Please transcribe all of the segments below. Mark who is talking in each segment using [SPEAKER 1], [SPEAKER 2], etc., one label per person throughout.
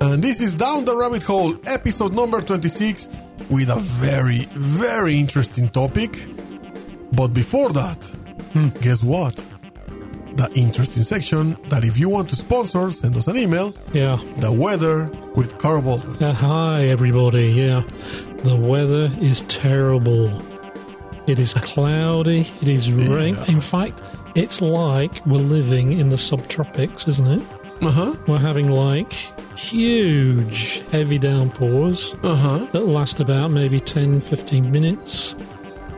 [SPEAKER 1] This is Down the Rabbit Hole, episode number 26, with a very, very interesting topic. But before that,
[SPEAKER 2] Hmm.
[SPEAKER 1] guess what? The interesting section that if you want to sponsor, send us an email.
[SPEAKER 2] Yeah.
[SPEAKER 1] The weather with Carl Baldwin.
[SPEAKER 2] Uh, hi, everybody. Yeah. The weather is terrible. It is cloudy. It is rain.
[SPEAKER 1] Yeah.
[SPEAKER 2] In fact, it's like we're living in the subtropics, isn't it?
[SPEAKER 1] Uh huh.
[SPEAKER 2] We're having like huge, heavy downpours
[SPEAKER 1] Uh huh.
[SPEAKER 2] that last about maybe 10, 15 minutes.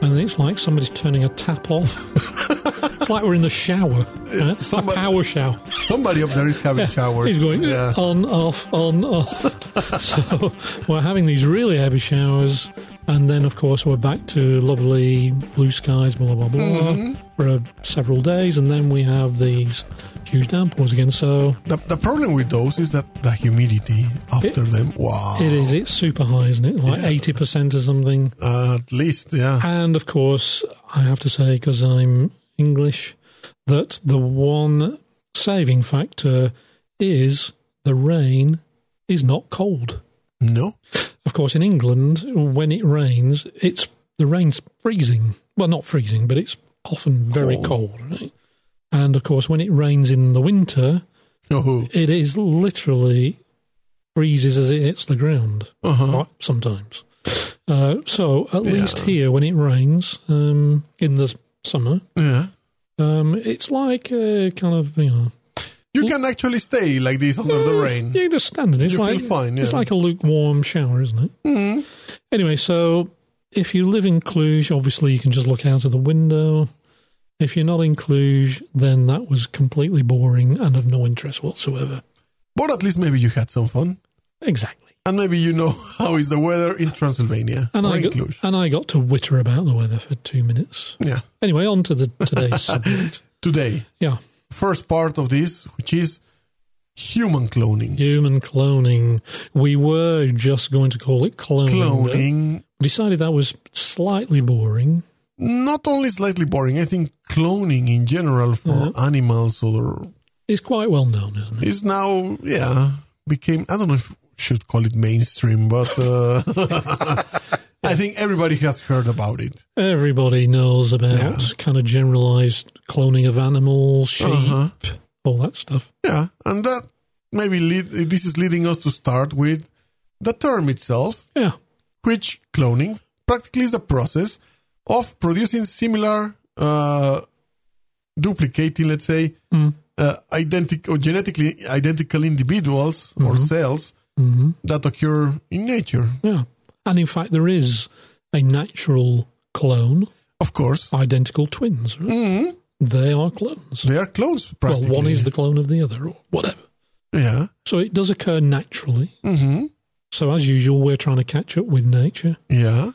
[SPEAKER 2] And it's like somebody's turning a tap on. it's like we're in the shower. huh?
[SPEAKER 1] somebody-
[SPEAKER 2] a power shower.
[SPEAKER 1] Somebody up there is having showers.
[SPEAKER 2] He's going
[SPEAKER 1] Yeah.
[SPEAKER 2] on, off, on, off. so we're having these really heavy showers, and then of course we're back to lovely blue skies, blah blah blah, for uh, several days, and then we have these huge downpours again. So
[SPEAKER 1] The, the problem with those is that the humidity after them. Wow.
[SPEAKER 2] it is, it's super high, isn't it? Like eighty percent or something.
[SPEAKER 1] at least, yeah.
[SPEAKER 2] And of course, I have to say, because I'm English, that the one saving factor is the rain is not cold.
[SPEAKER 1] No.
[SPEAKER 2] Of course, in England, when it rains, it's the rain's freezing. Well, not freezing, but it's often very cold. right? And of course, when it rains in the winter,
[SPEAKER 1] No.
[SPEAKER 2] it is literally freezes as it hits the ground.
[SPEAKER 1] Uh-huh.
[SPEAKER 2] right, Sometimes. Uh, so at
[SPEAKER 1] Yeah.
[SPEAKER 2] least here, when it rains um, in the summer,
[SPEAKER 1] Yeah.
[SPEAKER 2] um, it's like uh, kind of you know
[SPEAKER 1] You
[SPEAKER 2] Hmm?
[SPEAKER 1] can actually stay like this under the rain.
[SPEAKER 2] You just stand in it. It's
[SPEAKER 1] You feel
[SPEAKER 2] like
[SPEAKER 1] fine, yeah.
[SPEAKER 2] it's like a lukewarm shower, isn't it?
[SPEAKER 1] Mhm.
[SPEAKER 2] Anyway, so if you live in Cluj, obviously you can just look out of the window. If you're not in Cluj, then that was completely boring and of no interest whatsoever.
[SPEAKER 1] But at least maybe you had some fun.
[SPEAKER 2] Exactly.
[SPEAKER 1] And maybe you know how is the weather in Transylvania
[SPEAKER 2] And
[SPEAKER 1] or
[SPEAKER 2] I
[SPEAKER 1] in
[SPEAKER 2] got,
[SPEAKER 1] Cluj.
[SPEAKER 2] and I got to witter about the weather for two minutes.
[SPEAKER 1] Yeah.
[SPEAKER 2] Anyway, on to the today's subject.
[SPEAKER 1] Today,
[SPEAKER 2] Yeah,
[SPEAKER 1] first part of this, which is human cloning.
[SPEAKER 2] human cloning. We were just going to call it cloning. but
[SPEAKER 1] Cloning,
[SPEAKER 2] Decided that was slightly boring.
[SPEAKER 1] not only slightly boring, I think cloning in general for
[SPEAKER 2] Uh-huh.
[SPEAKER 1] animals or
[SPEAKER 2] It's quite well known, isn't it?
[SPEAKER 1] is now, yeah, became, I don't know if we should call it mainstream, but uh, I think everybody has heard about it.
[SPEAKER 2] Everybody knows about
[SPEAKER 1] Yeah.
[SPEAKER 2] kind of generalized cloning of animals, sheep,
[SPEAKER 1] Uh-huh.
[SPEAKER 2] all that stuff.
[SPEAKER 1] Yeah, and that maybe lead, this is leading us to start with the term itself,
[SPEAKER 2] Yeah,
[SPEAKER 1] which cloning practically is the process of producing similar, uh, duplicating, let's say,
[SPEAKER 2] Mm-hmm.
[SPEAKER 1] uh, identical, or genetically identical individuals or
[SPEAKER 2] Mm-hmm.
[SPEAKER 1] cells that occur in nature.
[SPEAKER 2] yeah. And in fact, there is a natural clone,
[SPEAKER 1] Of course,
[SPEAKER 2] identical twins. Right?
[SPEAKER 1] Mhm.
[SPEAKER 2] They are clones.
[SPEAKER 1] they are clones.
[SPEAKER 2] Well,
[SPEAKER 1] Practically,
[SPEAKER 2] one is the clone of the other, or whatever.
[SPEAKER 1] yeah.
[SPEAKER 2] So it does occur naturally.
[SPEAKER 1] hmm
[SPEAKER 2] So as usual, we're trying to catch up with nature.
[SPEAKER 1] Yeah.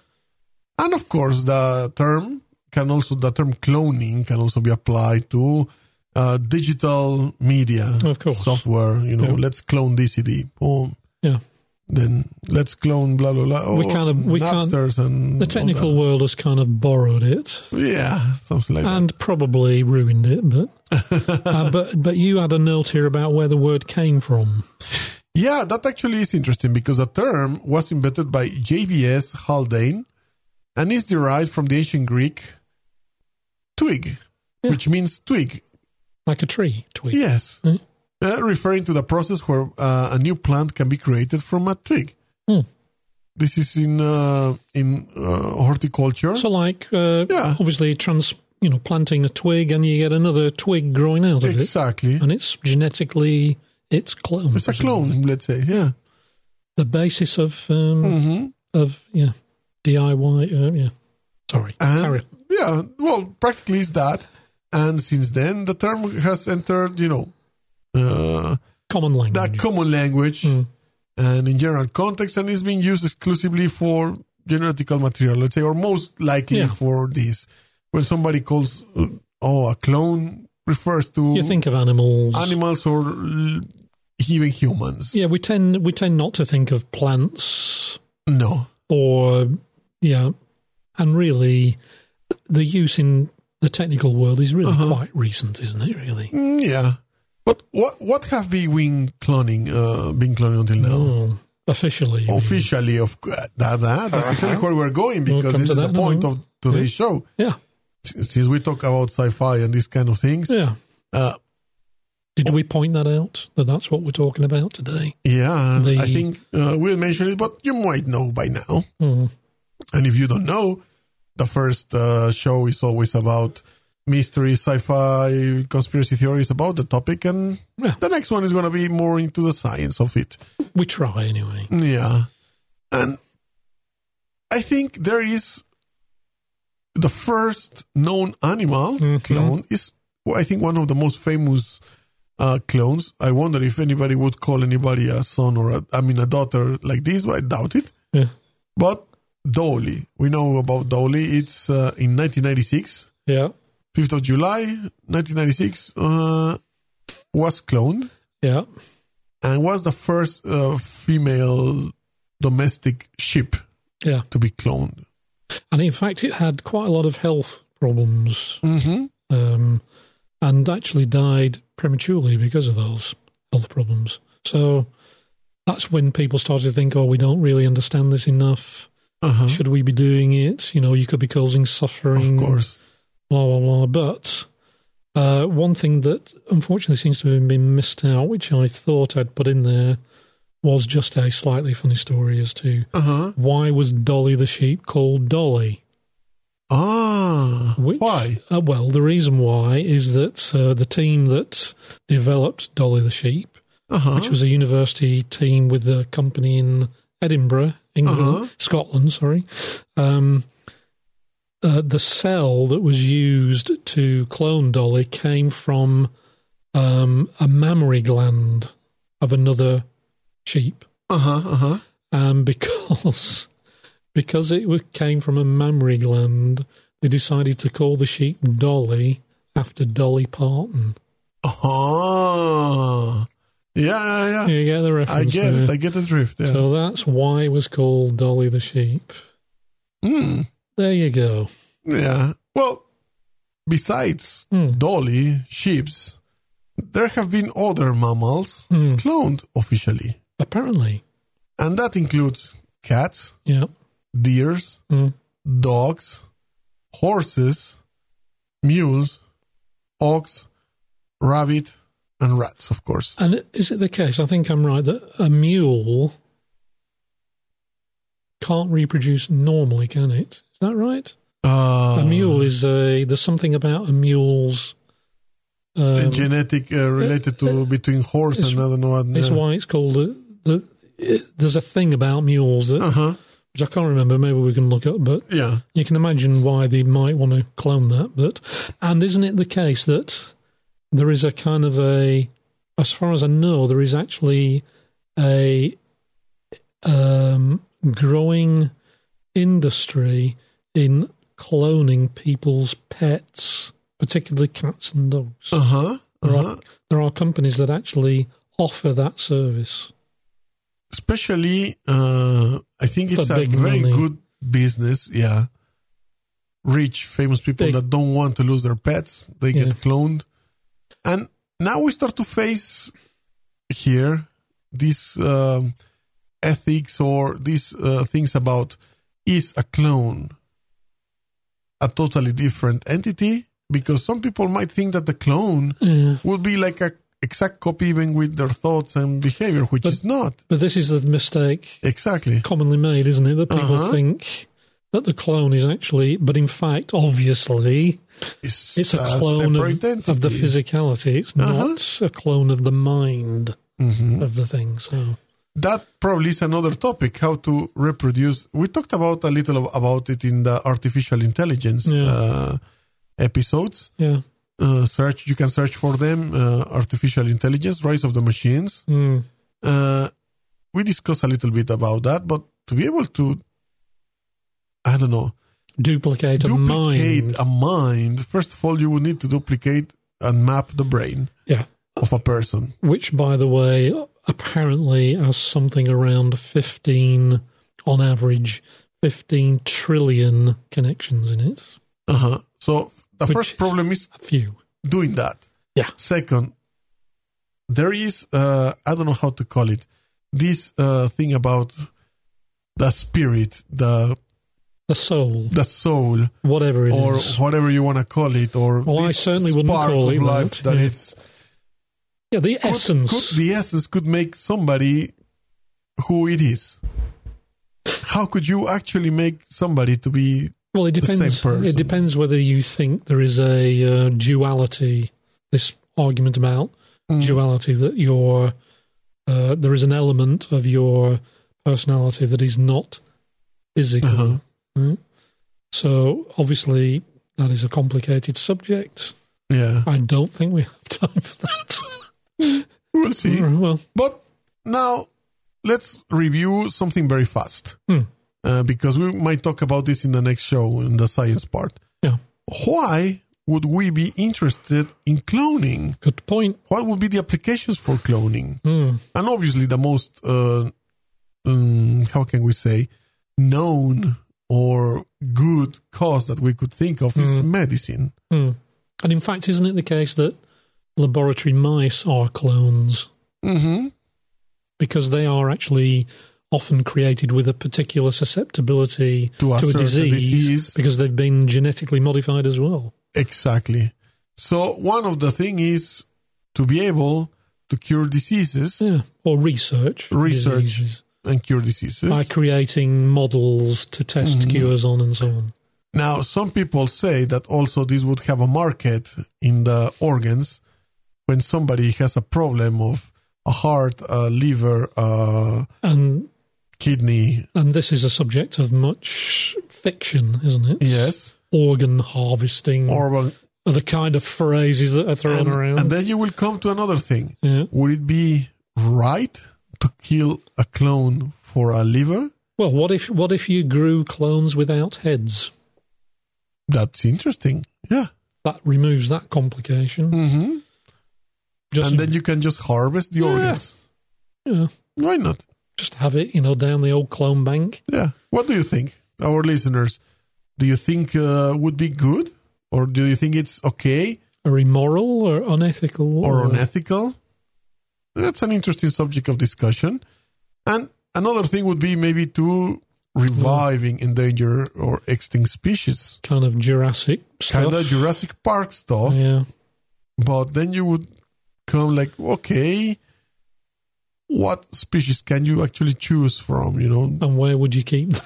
[SPEAKER 1] And of course, the term can also, the term cloning can also be applied to uh, digital media.
[SPEAKER 2] Of course.
[SPEAKER 1] Software, you know, let's clone DCD. Boom.
[SPEAKER 2] Yeah,
[SPEAKER 1] Then let's clone blah, blah, blah.
[SPEAKER 2] We
[SPEAKER 1] Oh,
[SPEAKER 2] kind of- we can't-
[SPEAKER 1] Napsters and.
[SPEAKER 2] the
[SPEAKER 1] all
[SPEAKER 2] technical world has kind of borrowed it.
[SPEAKER 1] that. Yeah, something like
[SPEAKER 2] and probably ruined it. But uh, but but you had a note here about where the word came from.
[SPEAKER 1] that. Yeah, that actually is interesting because the term was invented by JBS Haldane and is derived from the ancient Greek twig, which means twig.
[SPEAKER 2] Like a tree twig.
[SPEAKER 1] Yes.
[SPEAKER 2] Mm.
[SPEAKER 1] Uh, referring to the process where uh, a new plant can be created from a twig.
[SPEAKER 2] Mm.
[SPEAKER 1] This is in uh, in uh, horticulture.
[SPEAKER 2] So like uh,
[SPEAKER 1] Yeah.
[SPEAKER 2] obviously trans you know planting a twig and you get another twig growing out of it, Uh,
[SPEAKER 1] exactly.
[SPEAKER 2] and it's genetically its clone.
[SPEAKER 1] It's a clone, let's say. Yeah.
[SPEAKER 2] Hmm. The basis of um,
[SPEAKER 1] hmm
[SPEAKER 2] of yeah DIY. Uh, yeah, sorry.
[SPEAKER 1] And-
[SPEAKER 2] Carry on.
[SPEAKER 1] Yeah. Well, practically it's that. And since then, the term has entered, you know, uh,
[SPEAKER 2] Common
[SPEAKER 1] that
[SPEAKER 2] language.
[SPEAKER 1] common language
[SPEAKER 2] Mm.
[SPEAKER 1] and in general context, and is being used exclusively for genetical material, let's say, or most likely
[SPEAKER 2] Yeah.
[SPEAKER 1] for this. When somebody calls, uh, oh, a clone refers to
[SPEAKER 2] you think of animals.
[SPEAKER 1] animals or l- even humans.
[SPEAKER 2] yeah, we tend we tend not to think of plants
[SPEAKER 1] No.
[SPEAKER 2] or yeah, and really,
[SPEAKER 1] Uh-huh.
[SPEAKER 2] the use in the technical world is really quite recent, isn't it? Really,
[SPEAKER 1] Mm, yeah. But what what have we been cloning uh, been cloning until now?
[SPEAKER 2] Oh, officially. you mean.
[SPEAKER 1] Officially, of c- that, that that's exactly where we're going
[SPEAKER 2] Uh-huh. We'll
[SPEAKER 1] because
[SPEAKER 2] come
[SPEAKER 1] this
[SPEAKER 2] to
[SPEAKER 1] is the
[SPEAKER 2] that in a
[SPEAKER 1] point of
[SPEAKER 2] moment.
[SPEAKER 1] today's show.
[SPEAKER 2] Yeah.
[SPEAKER 1] S- Since we talk about sci-fi and these kind of things,
[SPEAKER 2] Yeah.
[SPEAKER 1] uh,
[SPEAKER 2] Did we point that out? That that's what we're talking about today.
[SPEAKER 1] yeah,
[SPEAKER 2] The-
[SPEAKER 1] I think uh, we'll mention it, but you might know by now.
[SPEAKER 2] Mm.
[SPEAKER 1] And if you don't know, the first uh, show is always about mystery, sci-fi, conspiracy theories about the topic, and
[SPEAKER 2] Yeah.
[SPEAKER 1] the next one is going to be more into the science of it.
[SPEAKER 2] We try anyway.
[SPEAKER 1] Yeah. And I think there is the first known animal clone is well, I think one of the most famous uh, clones. I wonder if anybody would call anybody a son or a, I mean a daughter like this, but I doubt it.
[SPEAKER 2] Yeah.
[SPEAKER 1] But Dolly, we know about Dolly. It's uh, in 1996,
[SPEAKER 2] Yeah.
[SPEAKER 1] 5th of July, 1996, uh, was cloned
[SPEAKER 2] Yeah.
[SPEAKER 1] and was the first uh, female domestic ship
[SPEAKER 2] Yeah.
[SPEAKER 1] to be cloned.
[SPEAKER 2] And in fact, it had quite a lot of health problems
[SPEAKER 1] Mm-hmm.
[SPEAKER 2] um, and actually died prematurely because of those health problems. So that's when people started to think, oh, we don't really understand this enough.
[SPEAKER 1] Uh-huh.
[SPEAKER 2] Should we be doing it? You know, you could be causing suffering.
[SPEAKER 1] Of course.
[SPEAKER 2] blah blah blah. But uh, one thing that unfortunately seems to have been missed out, which I thought I'd put in there, was just a slightly funny story as to
[SPEAKER 1] Uh-huh.
[SPEAKER 2] why was Dolly the sheep called Dolly?
[SPEAKER 1] Ah.
[SPEAKER 2] Which,
[SPEAKER 1] Why?
[SPEAKER 2] Uh, well, the reason why is that uh, the team that developed Dolly the sheep,
[SPEAKER 1] Uh-huh.
[SPEAKER 2] which was a university team with a company in Edinburgh, England,
[SPEAKER 1] Uh-huh.
[SPEAKER 2] Scotland, sorry. Um, uh, the cell that was used to clone Dolly came from um, a mammary gland of another sheep,
[SPEAKER 1] Uh-huh. Uh-huh.
[SPEAKER 2] and because because it wa- came from a mammary gland, they decided to call the sheep Dolly after Dolly Parton.
[SPEAKER 1] Ah. Yeah, yeah, yeah.
[SPEAKER 2] You get the
[SPEAKER 1] Ah, I
[SPEAKER 2] reference.
[SPEAKER 1] get
[SPEAKER 2] there?
[SPEAKER 1] it. I get the drift. Yeah.
[SPEAKER 2] So that's why it was called Dolly the sheep.
[SPEAKER 1] Mm.
[SPEAKER 2] There you go.
[SPEAKER 1] Yeah. Well, besides
[SPEAKER 2] Hmm.
[SPEAKER 1] Dolly, sheep, there have been other mammals
[SPEAKER 2] Hmm.
[SPEAKER 1] cloned officially.
[SPEAKER 2] Apparently,
[SPEAKER 1] And that includes cats,
[SPEAKER 2] yeah.
[SPEAKER 1] deers,
[SPEAKER 2] Hmm.
[SPEAKER 1] dogs, horses, mules, ox, rabbit, and rats, of course.
[SPEAKER 2] And is it the case? I think I'm right that a mule can't reproduce normally, can it? Is that right?
[SPEAKER 1] Uh,
[SPEAKER 2] a mule is a. There's something about a mule's.
[SPEAKER 1] the
[SPEAKER 2] Um,
[SPEAKER 1] genetic uh, related to between horse
[SPEAKER 2] it's-
[SPEAKER 1] and I don't know what. uh,
[SPEAKER 2] It's why it's called a, the. It, there's a thing about mules that
[SPEAKER 1] Uh huh.
[SPEAKER 2] which I can't remember. Maybe we can look up, but
[SPEAKER 1] Yeah.
[SPEAKER 2] you can imagine why they might want to clone that. But and isn't it the case that there is a kind of a, as far as I know, there is actually a um, growing industry in cloning people's pets, particularly cats and dogs.
[SPEAKER 1] Uh huh.
[SPEAKER 2] There,
[SPEAKER 1] Uh
[SPEAKER 2] are,
[SPEAKER 1] huh.
[SPEAKER 2] there are companies that actually offer that service.
[SPEAKER 1] Especially, uh, I think
[SPEAKER 2] For
[SPEAKER 1] it's a
[SPEAKER 2] big
[SPEAKER 1] very
[SPEAKER 2] money.
[SPEAKER 1] good business. Yeah. Rich, famous people
[SPEAKER 2] Big-
[SPEAKER 1] that don't want to lose their pets, they
[SPEAKER 2] Yeah.
[SPEAKER 1] get cloned. And now we start to face here these um, ethics or these uh, things about is a clone a totally different entity? Because some people might think that the clone
[SPEAKER 2] Mm.
[SPEAKER 1] would be like a exact copy, even with their thoughts and behavior, which is not
[SPEAKER 2] But this is the mistake
[SPEAKER 1] exactly.
[SPEAKER 2] commonly made, isn't it? That people
[SPEAKER 1] Uh-huh.
[SPEAKER 2] think that the clone is actually, but in fact, obviously,
[SPEAKER 1] It's,
[SPEAKER 2] it's a clone of,
[SPEAKER 1] separate
[SPEAKER 2] of the
[SPEAKER 1] entity. Uh-huh.
[SPEAKER 2] physicality. It's not a clone of the mind
[SPEAKER 1] Mm-hmm.
[SPEAKER 2] of the thing. So,
[SPEAKER 1] that probably is another topic how to reproduce we talked about a little of- about it in the artificial intelligence
[SPEAKER 2] Yeah.
[SPEAKER 1] uh, episodes
[SPEAKER 2] yeah.
[SPEAKER 1] uh, search you can search for them uh, artificial intelligence rise of the machines
[SPEAKER 2] Mm.
[SPEAKER 1] uh, we discussed a little bit about that but to be able to i don't know
[SPEAKER 2] Duplicate,
[SPEAKER 1] duplicate
[SPEAKER 2] a mind.
[SPEAKER 1] a mind first of all you would need to duplicate and map the brain
[SPEAKER 2] Yeah.
[SPEAKER 1] of a person
[SPEAKER 2] Which, by the way, apparently has something around 15, on average, 15 trillion connections in it.
[SPEAKER 1] uh-huh. so the
[SPEAKER 2] Which
[SPEAKER 1] first
[SPEAKER 2] is-
[SPEAKER 1] problem is
[SPEAKER 2] A few.
[SPEAKER 1] doing that.
[SPEAKER 2] Yeah.
[SPEAKER 1] Second, there is uh, I don't know how to call it this uh, thing about the spirit, the
[SPEAKER 2] The soul,
[SPEAKER 1] the soul,
[SPEAKER 2] whatever it is.
[SPEAKER 1] or whatever you want to call it, or
[SPEAKER 2] Well, I
[SPEAKER 1] this
[SPEAKER 2] certainly wouldn't
[SPEAKER 1] spark
[SPEAKER 2] call
[SPEAKER 1] of
[SPEAKER 2] it that,
[SPEAKER 1] life that
[SPEAKER 2] yeah.
[SPEAKER 1] it's
[SPEAKER 2] yeah, the
[SPEAKER 1] could-
[SPEAKER 2] essence.
[SPEAKER 1] Could, the essence could make somebody who it is. How could you actually make somebody to be?
[SPEAKER 2] well, it
[SPEAKER 1] the same
[SPEAKER 2] depends.
[SPEAKER 1] person.
[SPEAKER 2] It depends whether you think there is a uh, duality. This argument about
[SPEAKER 1] Hmm.
[SPEAKER 2] duality that your uh, there is an element of your personality that is not physical.
[SPEAKER 1] Uh-huh.
[SPEAKER 2] Mm. So obviously that is a complicated subject.
[SPEAKER 1] mm, Yeah,
[SPEAKER 2] I don't think we have time for that.
[SPEAKER 1] we'll see.
[SPEAKER 2] well,
[SPEAKER 1] But now let's review something very fast
[SPEAKER 2] Hmm.
[SPEAKER 1] uh, because we might talk about this in the next show in the science part.
[SPEAKER 2] yeah,
[SPEAKER 1] Why would we be interested in cloning?
[SPEAKER 2] good point.
[SPEAKER 1] What would be the applications for cloning?
[SPEAKER 2] Mm.
[SPEAKER 1] And obviously, the most uh, um, how can we say known or good cause that we could think of
[SPEAKER 2] Hmm.
[SPEAKER 1] is medicine.
[SPEAKER 2] Mm. And in fact, isn't it the case that laboratory mice are clones
[SPEAKER 1] Mm-hmm.
[SPEAKER 2] because they are actually often created with a particular susceptibility
[SPEAKER 1] To a
[SPEAKER 2] to a
[SPEAKER 1] certain
[SPEAKER 2] disease,
[SPEAKER 1] disease.
[SPEAKER 2] because they've been genetically modified as well.
[SPEAKER 1] Exactly. So one of the thing is to be able to cure diseases.
[SPEAKER 2] Yeah, or research
[SPEAKER 1] Research.
[SPEAKER 2] diseases
[SPEAKER 1] and cure diseases.
[SPEAKER 2] by creating models to test
[SPEAKER 1] Mm-hmm.
[SPEAKER 2] cures on and so on.
[SPEAKER 1] now, some people say that also this would have a market in the organs when somebody has a problem of a heart, a liver, a
[SPEAKER 2] And
[SPEAKER 1] kidney.
[SPEAKER 2] and this is a subject of much fiction, isn't it?
[SPEAKER 1] Yes.
[SPEAKER 2] Organ harvesting
[SPEAKER 1] Or
[SPEAKER 2] are the kind of phrases that are thrown
[SPEAKER 1] and,
[SPEAKER 2] around.
[SPEAKER 1] and then you will come to another thing.
[SPEAKER 2] yeah.
[SPEAKER 1] Would it be right to kill a clone for a liver?
[SPEAKER 2] Well, what if what if you grew clones without heads?
[SPEAKER 1] That's interesting. Yeah.
[SPEAKER 2] That removes that complication.
[SPEAKER 1] hmm
[SPEAKER 2] Just
[SPEAKER 1] And then you can just harvest the
[SPEAKER 2] Yeah.
[SPEAKER 1] organs.
[SPEAKER 2] yeah,
[SPEAKER 1] Why not?
[SPEAKER 2] just have it, you know, down the old clone bank.
[SPEAKER 1] Yeah. What do you think, our listeners? Do you think uh, would be good, or do you think it's okay
[SPEAKER 2] Or immoral or unethical
[SPEAKER 1] or unethical? That's an interesting subject of discussion. And another thing would be maybe to reviving endangered or extinct species,
[SPEAKER 2] kind of Jurassic stuff.
[SPEAKER 1] kind of Jurassic Park stuff.
[SPEAKER 2] yeah.
[SPEAKER 1] But then you would come like, okay, what species can you actually choose from? You know,
[SPEAKER 2] And where would you keep them?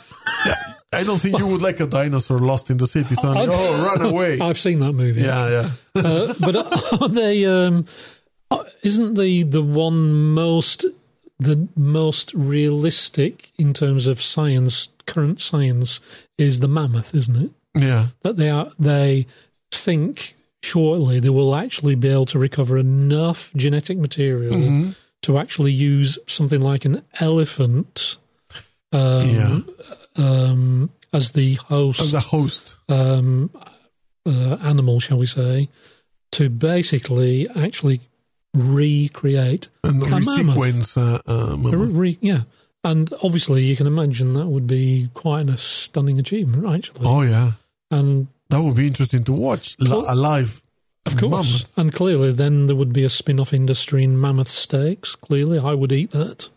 [SPEAKER 1] I don't think you would like a dinosaur lost in the city. So
[SPEAKER 2] I-
[SPEAKER 1] oh, run away!
[SPEAKER 2] I've seen that movie.
[SPEAKER 1] Yeah, yeah.
[SPEAKER 2] Uh, but are they? Um, uh, isn't the the one most the most realistic in terms of science? Current science is the mammoth, isn't it?
[SPEAKER 1] Yeah.
[SPEAKER 2] That they are they think shortly they will actually be able to recover enough genetic material
[SPEAKER 1] Mm-hmm.
[SPEAKER 2] to actually use something like an elephant um,
[SPEAKER 1] Yeah.
[SPEAKER 2] um, as the host
[SPEAKER 1] As a host.
[SPEAKER 2] um, uh, animal, shall we say, to basically actually recreate.
[SPEAKER 1] And resequence. Uh, uh, mammoth.
[SPEAKER 2] Re- yeah. And obviously, you can imagine that would be quite a stunning achievement, actually.
[SPEAKER 1] Oh, yeah.
[SPEAKER 2] And
[SPEAKER 1] That would be interesting to watch. Li-
[SPEAKER 2] Well-
[SPEAKER 1] alive.
[SPEAKER 2] of course,
[SPEAKER 1] Mammoth.
[SPEAKER 2] and clearly, then there would be a spin off industry in mammoth steaks. Clearly, I would eat that.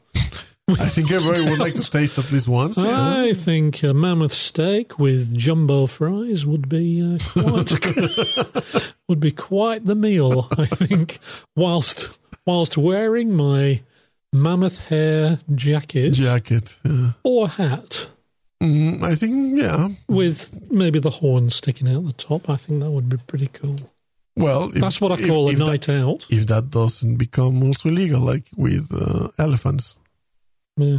[SPEAKER 1] I think everybody would like to taste at least once. you know?
[SPEAKER 2] I think a mammoth steak with jumbo fries would be uh, quite would be quite the meal. I think whilst whilst wearing my mammoth hair jacket
[SPEAKER 1] Jacket. Yeah.
[SPEAKER 2] or hat
[SPEAKER 1] Mm, I think, yeah.
[SPEAKER 2] with maybe the horn sticking out the top. I think that would be pretty cool.
[SPEAKER 1] Well, if,
[SPEAKER 2] That's what I
[SPEAKER 1] if-
[SPEAKER 2] call
[SPEAKER 1] if
[SPEAKER 2] a
[SPEAKER 1] that-
[SPEAKER 2] night out.
[SPEAKER 1] if that doesn't become also illegal, like with uh, elephants.
[SPEAKER 2] Yeah.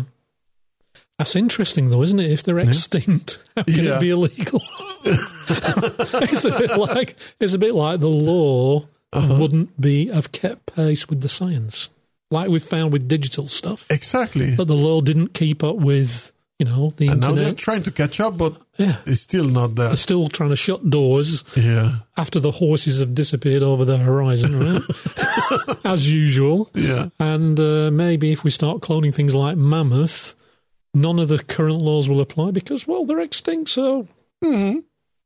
[SPEAKER 2] That's interesting, though, isn't it? If they're extinct, how can
[SPEAKER 1] Yeah.
[SPEAKER 2] it be illegal? it's a bit like it's a bit like the law
[SPEAKER 1] Uh-huh.
[SPEAKER 2] wouldn't be have kept pace with the science, like we found with digital stuff.
[SPEAKER 1] Exactly.
[SPEAKER 2] But the law didn't keep up with you know the
[SPEAKER 1] And now they're
[SPEAKER 2] internet.
[SPEAKER 1] trying to catch up, but
[SPEAKER 2] Yeah,
[SPEAKER 1] it's still not there.
[SPEAKER 2] they're still trying to shut doors
[SPEAKER 1] Yeah.
[SPEAKER 2] after the horses have disappeared over the horizon, right? As usual.
[SPEAKER 1] Yeah.
[SPEAKER 2] And uh, maybe if we start cloning things like mammoth, none of the current laws will apply because, well, they're extinct. So
[SPEAKER 1] hmm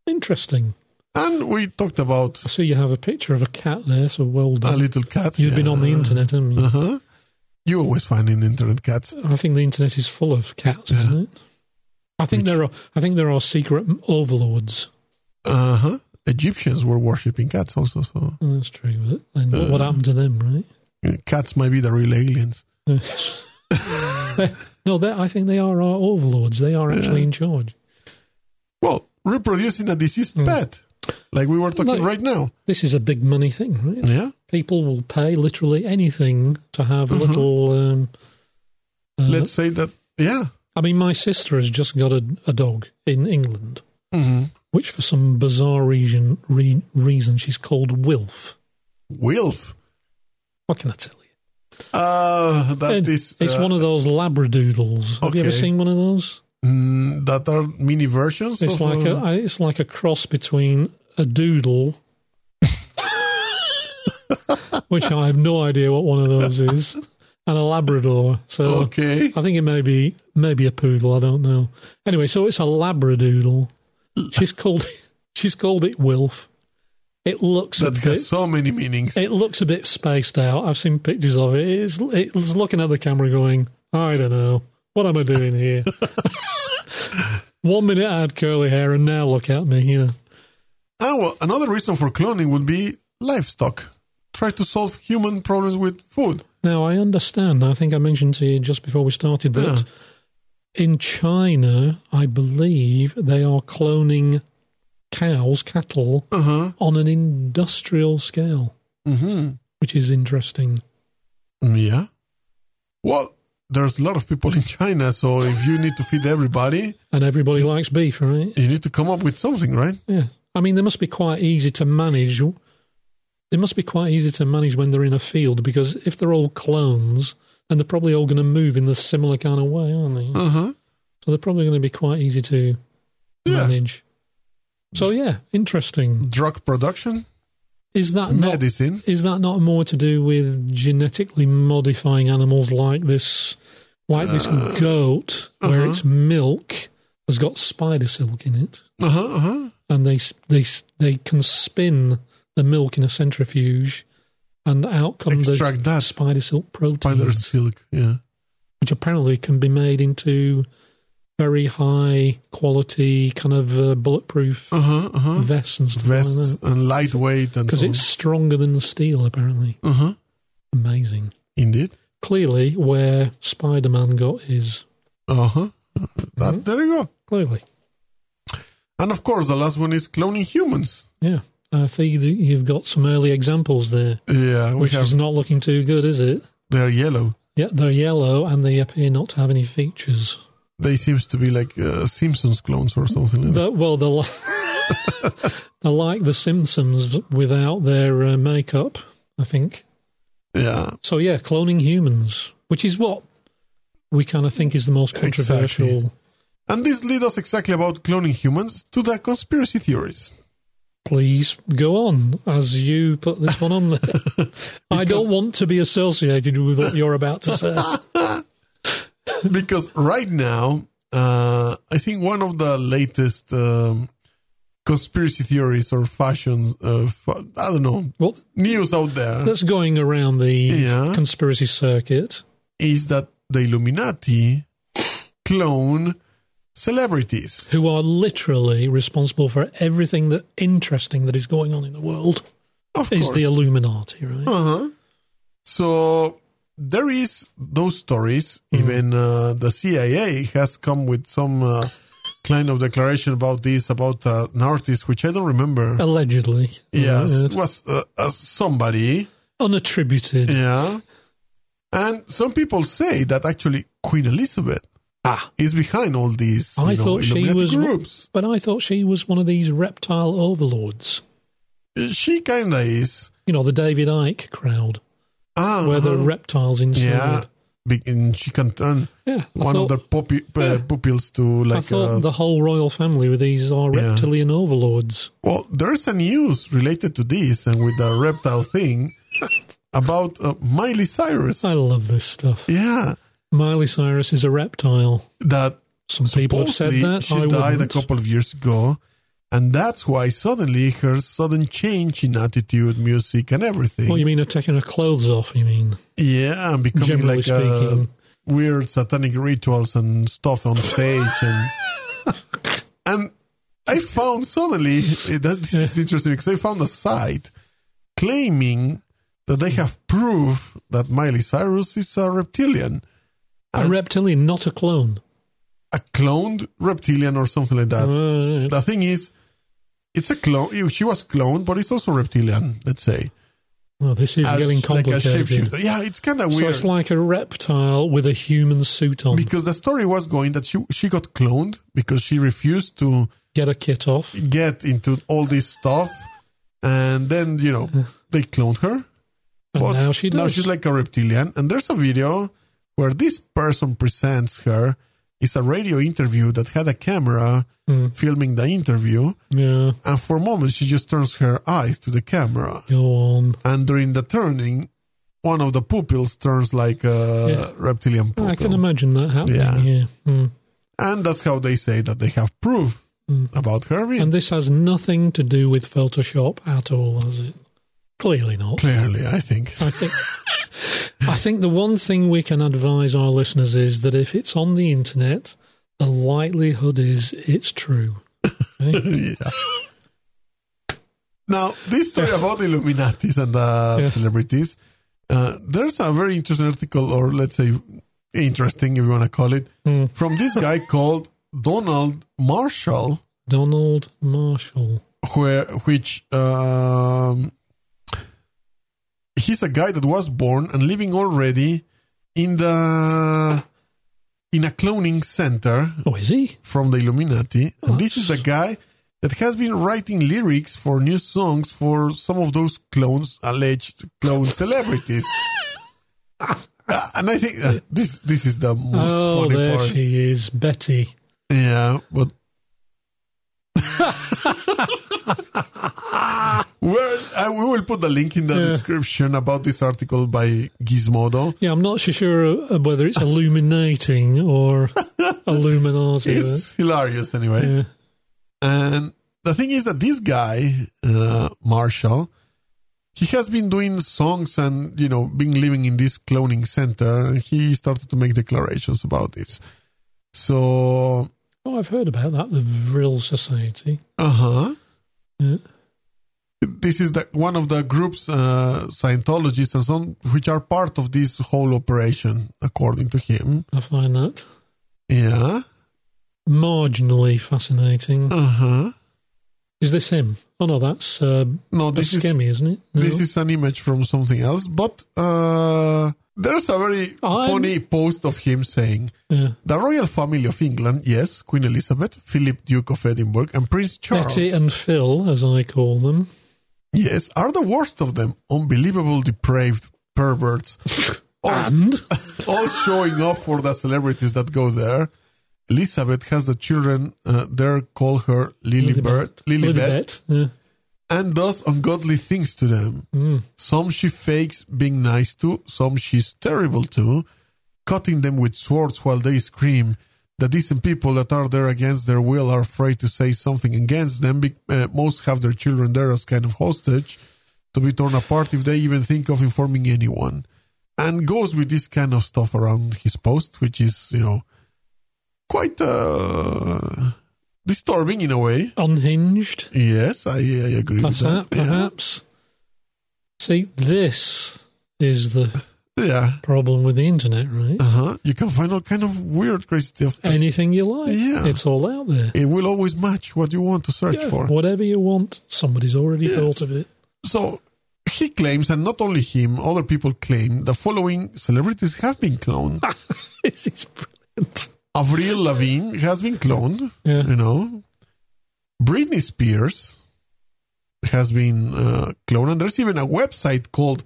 [SPEAKER 2] interesting.
[SPEAKER 1] And we talked about
[SPEAKER 2] I see you have a picture of a cat there, so well
[SPEAKER 1] a
[SPEAKER 2] done.
[SPEAKER 1] little cat.
[SPEAKER 2] You've
[SPEAKER 1] yeah.
[SPEAKER 2] been on the internet, haven't you?
[SPEAKER 1] Uh-huh. You always find in the internet cats.
[SPEAKER 2] I think the internet is full of cats,
[SPEAKER 1] Yeah.
[SPEAKER 2] isn't it? I think
[SPEAKER 1] Which-
[SPEAKER 2] there are. I think there are secret overlords.
[SPEAKER 1] Uh huh. Egyptians were worshipping cats also. So
[SPEAKER 2] Oh, that's true. But then what, what
[SPEAKER 1] Uh.
[SPEAKER 2] happened to them, right?
[SPEAKER 1] uh, cats might be the real aliens.
[SPEAKER 2] They- no, they- I think they are our overlords. They are actually
[SPEAKER 1] Yeah.
[SPEAKER 2] in charge.
[SPEAKER 1] Well, reproducing a deceased
[SPEAKER 2] Mm.
[SPEAKER 1] pet, like we were talking
[SPEAKER 2] No.
[SPEAKER 1] right now.
[SPEAKER 2] This is a big money thing, right?
[SPEAKER 1] Yeah.
[SPEAKER 2] People will pay literally anything to have
[SPEAKER 1] Mm-hmm.
[SPEAKER 2] little. Um, uh,
[SPEAKER 1] Let's say that. Yeah.
[SPEAKER 2] I mean, my sister has just got a, a dog in England,
[SPEAKER 1] Mm-hmm.
[SPEAKER 2] which for some bizarre reason, re, reason she's called Wilf.
[SPEAKER 1] Wilf.
[SPEAKER 2] What can I tell you?
[SPEAKER 1] Uh, that
[SPEAKER 2] And
[SPEAKER 1] is.
[SPEAKER 2] it's
[SPEAKER 1] uh,
[SPEAKER 2] one of those labradoodles. Have you ever
[SPEAKER 1] okay.
[SPEAKER 2] seen one of those?
[SPEAKER 1] mm, that are mini versions. of,
[SPEAKER 2] It's like a
[SPEAKER 1] uh,
[SPEAKER 2] I- it's like a cross between a doodle, which I have no idea what one of those is, and a Labrador. So
[SPEAKER 1] Okay.
[SPEAKER 2] I think it may be maybe a poodle. I don't know. Anyway, so it's a labradoodle. She's called she's called it Wilf. It looks
[SPEAKER 1] That
[SPEAKER 2] a bit.
[SPEAKER 1] has so many meanings.
[SPEAKER 2] It looks a bit spaced out. I've seen pictures of it. It's, it's looking at the camera going, I don't know. What am I doing here? One minute I had curly hair and now look at me, you know.
[SPEAKER 1] Ah, well, another reason for cloning would be livestock. Try to solve human problems with food.
[SPEAKER 2] Now, I understand. I think I mentioned to you just before we started that in China, I believe they are cloning cows, cattle,
[SPEAKER 1] Uh huh.
[SPEAKER 2] on an industrial scale,
[SPEAKER 1] Mm-hmm.
[SPEAKER 2] which is interesting.
[SPEAKER 1] Yeah. Well, there's a lot of people in China, so if you need to feed everybody,
[SPEAKER 2] And everybody likes beef, right?
[SPEAKER 1] you need to come up with something, right?
[SPEAKER 2] Yeah, I mean they must be quite easy to manage. They must be quite easy to manage when they're in a field because if they're all clones, then they're probably all going to move in the similar kind of way, aren't they?
[SPEAKER 1] Uh huh.
[SPEAKER 2] So they're probably going to be quite easy to
[SPEAKER 1] Yeah.
[SPEAKER 2] manage. So yeah, interesting.
[SPEAKER 1] Drug production,
[SPEAKER 2] Is that not
[SPEAKER 1] medicine.
[SPEAKER 2] is that not more to do with genetically modifying animals like this, like this goat where
[SPEAKER 1] Uh, uh-huh.
[SPEAKER 2] its milk has got spider silk in it?
[SPEAKER 1] Uh huh. Uh huh.
[SPEAKER 2] and they they they can spin the milk in a centrifuge, and out come
[SPEAKER 1] Extract
[SPEAKER 2] the
[SPEAKER 1] that.
[SPEAKER 2] spider silk proteins,
[SPEAKER 1] Spider silk. Yeah.
[SPEAKER 2] which apparently can be made into very high quality kind of uh, bulletproof
[SPEAKER 1] Uh huh. Uh huh.
[SPEAKER 2] vests and stuff
[SPEAKER 1] Vests
[SPEAKER 2] like that
[SPEAKER 1] and lightweight and
[SPEAKER 2] because
[SPEAKER 1] so
[SPEAKER 2] it's stronger than steel. Apparently,
[SPEAKER 1] Uh huh.
[SPEAKER 2] amazing.
[SPEAKER 1] Indeed.
[SPEAKER 2] Clearly, where Spider Man got his
[SPEAKER 1] Uh huh.
[SPEAKER 2] Mm-hmm.
[SPEAKER 1] That there you go.
[SPEAKER 2] clearly,
[SPEAKER 1] And of course, the last one is cloning humans.
[SPEAKER 2] yeah. I think that you've got some early examples there,
[SPEAKER 1] Yeah, we
[SPEAKER 2] which
[SPEAKER 1] have.
[SPEAKER 2] is not looking too good, is it?
[SPEAKER 1] They're yellow.
[SPEAKER 2] Yeah, they're yellow and they appear not to have any features.
[SPEAKER 1] They seems to be like uh, Simpsons clones or something like that.
[SPEAKER 2] But, well, they're, li- they're like the Simpsons without their uh, makeup, I think.
[SPEAKER 1] Yeah.
[SPEAKER 2] So, yeah, cloning humans, which is what we kind of think is the most controversial.
[SPEAKER 1] And this leads us exactly about cloning humans to the conspiracy theories.
[SPEAKER 2] Please go on, as you put this one on there. I don't want to be associated with what you're about to say.
[SPEAKER 1] because right now, uh, I think one of the latest um, conspiracy theories or fashions, uh, fa- I don't know,
[SPEAKER 2] Well,
[SPEAKER 1] news out there
[SPEAKER 2] that's going around the
[SPEAKER 1] Yeah.
[SPEAKER 2] conspiracy circuit.
[SPEAKER 1] is that the Illuminati clone celebrities.
[SPEAKER 2] who are literally responsible for everything that interesting that is going on in the world
[SPEAKER 1] Of
[SPEAKER 2] is
[SPEAKER 1] course.
[SPEAKER 2] the Illuminati, right?
[SPEAKER 1] Uh-huh. So there is those stories.
[SPEAKER 2] Mm-hmm.
[SPEAKER 1] Even uh, the CIA has come with some uh, kind of declaration about this, about uh, an artist, which I don't remember.
[SPEAKER 2] Oh, Allegedly.
[SPEAKER 1] yes,
[SPEAKER 2] Right.
[SPEAKER 1] it was uh, uh, somebody.
[SPEAKER 2] Unattributed.
[SPEAKER 1] Yeah. And some people say that actually Queen Elizabeth
[SPEAKER 2] Ah.
[SPEAKER 1] is behind all these
[SPEAKER 2] I
[SPEAKER 1] you know,
[SPEAKER 2] thought she
[SPEAKER 1] Illuminati
[SPEAKER 2] was-
[SPEAKER 1] groups.
[SPEAKER 2] But I thought she was one of these reptile overlords.
[SPEAKER 1] She kind of is.
[SPEAKER 2] You know, the David Icke crowd,
[SPEAKER 1] Ah,
[SPEAKER 2] where the reptiles inside.
[SPEAKER 1] yeah, Be- and she can turn
[SPEAKER 2] Yeah, I
[SPEAKER 1] one of
[SPEAKER 2] thought,
[SPEAKER 1] the pupi- uh,
[SPEAKER 2] Yeah.
[SPEAKER 1] pupils to
[SPEAKER 2] I
[SPEAKER 1] like
[SPEAKER 2] thought
[SPEAKER 1] uh,
[SPEAKER 2] the whole royal family were these are
[SPEAKER 1] Yeah.
[SPEAKER 2] reptilian overlords.
[SPEAKER 1] Well, there's a news related to this and with the reptile thing about uh, Miley Cyrus.
[SPEAKER 2] I love this stuff.
[SPEAKER 1] Yeah,
[SPEAKER 2] Miley Cyrus is a reptile.
[SPEAKER 1] that
[SPEAKER 2] Some people have said
[SPEAKER 1] supposedly
[SPEAKER 2] that.
[SPEAKER 1] she
[SPEAKER 2] I
[SPEAKER 1] died a
[SPEAKER 2] wouldn't.
[SPEAKER 1] couple of years ago, And that's why suddenly her sudden change in attitude, music, and everything.
[SPEAKER 2] What you mean, her taking her clothes off? You mean?
[SPEAKER 1] yeah, and becoming
[SPEAKER 2] Generally
[SPEAKER 1] like uh,
[SPEAKER 2] speaking.
[SPEAKER 1] weird satanic rituals and stuff on stage. and and I found suddenly, eh, that this is interesting because I found a site claiming that they have proof that Miley Cyrus is a reptilian.
[SPEAKER 2] A reptilian, not a clone.
[SPEAKER 1] a cloned reptilian or something like that.
[SPEAKER 2] Uh,
[SPEAKER 1] The thing is, it's a clone. She was cloned, but it's also reptilian. Let's say
[SPEAKER 2] well, this is
[SPEAKER 1] As
[SPEAKER 2] getting
[SPEAKER 1] like a
[SPEAKER 2] complicated.
[SPEAKER 1] shapeshifter. Yeah, it's kind of
[SPEAKER 2] so
[SPEAKER 1] weird
[SPEAKER 2] it's like a reptile with a human suit on.
[SPEAKER 1] because the story was going that she she got cloned because she refused to
[SPEAKER 2] Get a kit off.
[SPEAKER 1] get into all this stuff, and then you know they cloned her.
[SPEAKER 2] And
[SPEAKER 1] But
[SPEAKER 2] now she does.
[SPEAKER 1] Now she's like a reptilian, and there's a video where this person presents her. It's a radio interview that had a camera
[SPEAKER 2] Mm.
[SPEAKER 1] filming the interview.
[SPEAKER 2] yeah,
[SPEAKER 1] and for a moment she just turns her eyes to the camera
[SPEAKER 2] go on.
[SPEAKER 1] and during the turning one of the pupils turns like a
[SPEAKER 2] Yeah.
[SPEAKER 1] reptilian pupil
[SPEAKER 2] I can imagine that happening.
[SPEAKER 1] Oh, Yeah.
[SPEAKER 2] Yeah. Mm.
[SPEAKER 1] and that's how they say that they have proof about her being-
[SPEAKER 2] And this has nothing to do with Photoshop at all, has it? Clearly not.
[SPEAKER 1] clearly i think
[SPEAKER 2] I think. I think the one thing we can advise our listeners is that if it's on the internet, the likelihood is it's true. Okay?
[SPEAKER 1] yeah. now this story about the illuminatis and the
[SPEAKER 2] Yeah.
[SPEAKER 1] celebrities uh, there's a very interesting article or let's say interesting if you want to call it
[SPEAKER 2] Mm.
[SPEAKER 1] from this guy called donald marshall
[SPEAKER 2] Donald Marshall.
[SPEAKER 1] where which um, he's a guy that was born and living already in the in a cloning center
[SPEAKER 2] Oh, is he?
[SPEAKER 1] from the Illuminati.
[SPEAKER 2] Oh,
[SPEAKER 1] And this is the guy that has been writing lyrics for new songs for some of those clones, alleged clone celebrities. Uh, and I think uh, this this is the most
[SPEAKER 2] Oh,
[SPEAKER 1] funny
[SPEAKER 2] there
[SPEAKER 1] part.
[SPEAKER 2] she is, Betty.
[SPEAKER 1] Yeah, but. Well, I, we will put the link in the
[SPEAKER 2] Yeah.
[SPEAKER 1] description about this article by Gizmodo.
[SPEAKER 2] Yeah, I'm not so sure uh, whether it's illuminating or illuminati.
[SPEAKER 1] It's hilarious anyway.
[SPEAKER 2] Yeah.
[SPEAKER 1] And the thing is that this guy, uh, Marshall, he has been doing songs and, you know, been living in this cloning center. And he started to make declarations about this. So,
[SPEAKER 2] Oh, I've heard about that. The Vril Society.
[SPEAKER 1] uh huh.
[SPEAKER 2] Yeah.
[SPEAKER 1] this is the, one of the groups, uh, Scientologists and so on, which are part of this whole operation, according to him.
[SPEAKER 2] I find that
[SPEAKER 1] Yeah.
[SPEAKER 2] marginally fascinating.
[SPEAKER 1] Uh huh.
[SPEAKER 2] Is this him? Oh no, that's uh,
[SPEAKER 1] No,
[SPEAKER 2] that's
[SPEAKER 1] this is
[SPEAKER 2] Skemmy, isn't it? No.
[SPEAKER 1] this is an image from something else, but uh, there's a very
[SPEAKER 2] Oh, I'm-
[SPEAKER 1] funny post of him saying
[SPEAKER 2] yeah.
[SPEAKER 1] the royal family of England, yes, Queen Elizabeth, Philip, Duke of Edinburgh, and Prince Charles,
[SPEAKER 2] Betty and Phil, as I call them.
[SPEAKER 1] yes, are the worst of them, unbelievable, depraved perverts. Also-
[SPEAKER 2] And
[SPEAKER 1] all showing up for the celebrities that go there. Elizabeth has the children uh, there call her Lilibert, Lilibet,
[SPEAKER 2] Lilibet. Yeah.
[SPEAKER 1] and does ungodly things to them. Some she fakes being nice to, some she's terrible to, cutting them with swords while they scream. The decent people that are there against their will are afraid to say something against them. Be- uh, most have their children there as kind of hostage to be torn apart if they even think of informing anyone. And goes with this kind of stuff around his post, which is, you know, quite uh, disturbing in a way.
[SPEAKER 2] Unhinged.
[SPEAKER 1] Yes, I, I agree with that.
[SPEAKER 2] Perhaps. perhaps. See, this is the
[SPEAKER 1] Yeah. yeah.
[SPEAKER 2] problem with the internet, right?
[SPEAKER 1] Uh-huh. You can find all kind of weird, crazy stuff.
[SPEAKER 2] Anything you like.
[SPEAKER 1] Yeah.
[SPEAKER 2] It's all out there.
[SPEAKER 1] It will always match what you want to search
[SPEAKER 2] Yeah,
[SPEAKER 1] for.
[SPEAKER 2] Whatever you want, somebody's already
[SPEAKER 1] Yes.
[SPEAKER 2] thought of it.
[SPEAKER 1] So he claims, and not only him, other people claim the following celebrities have been cloned.
[SPEAKER 2] this is brilliant.
[SPEAKER 1] Avril Lavigne has been cloned.
[SPEAKER 2] Yeah.
[SPEAKER 1] You know, Britney Spears has been uh, cloned, and there's even a website called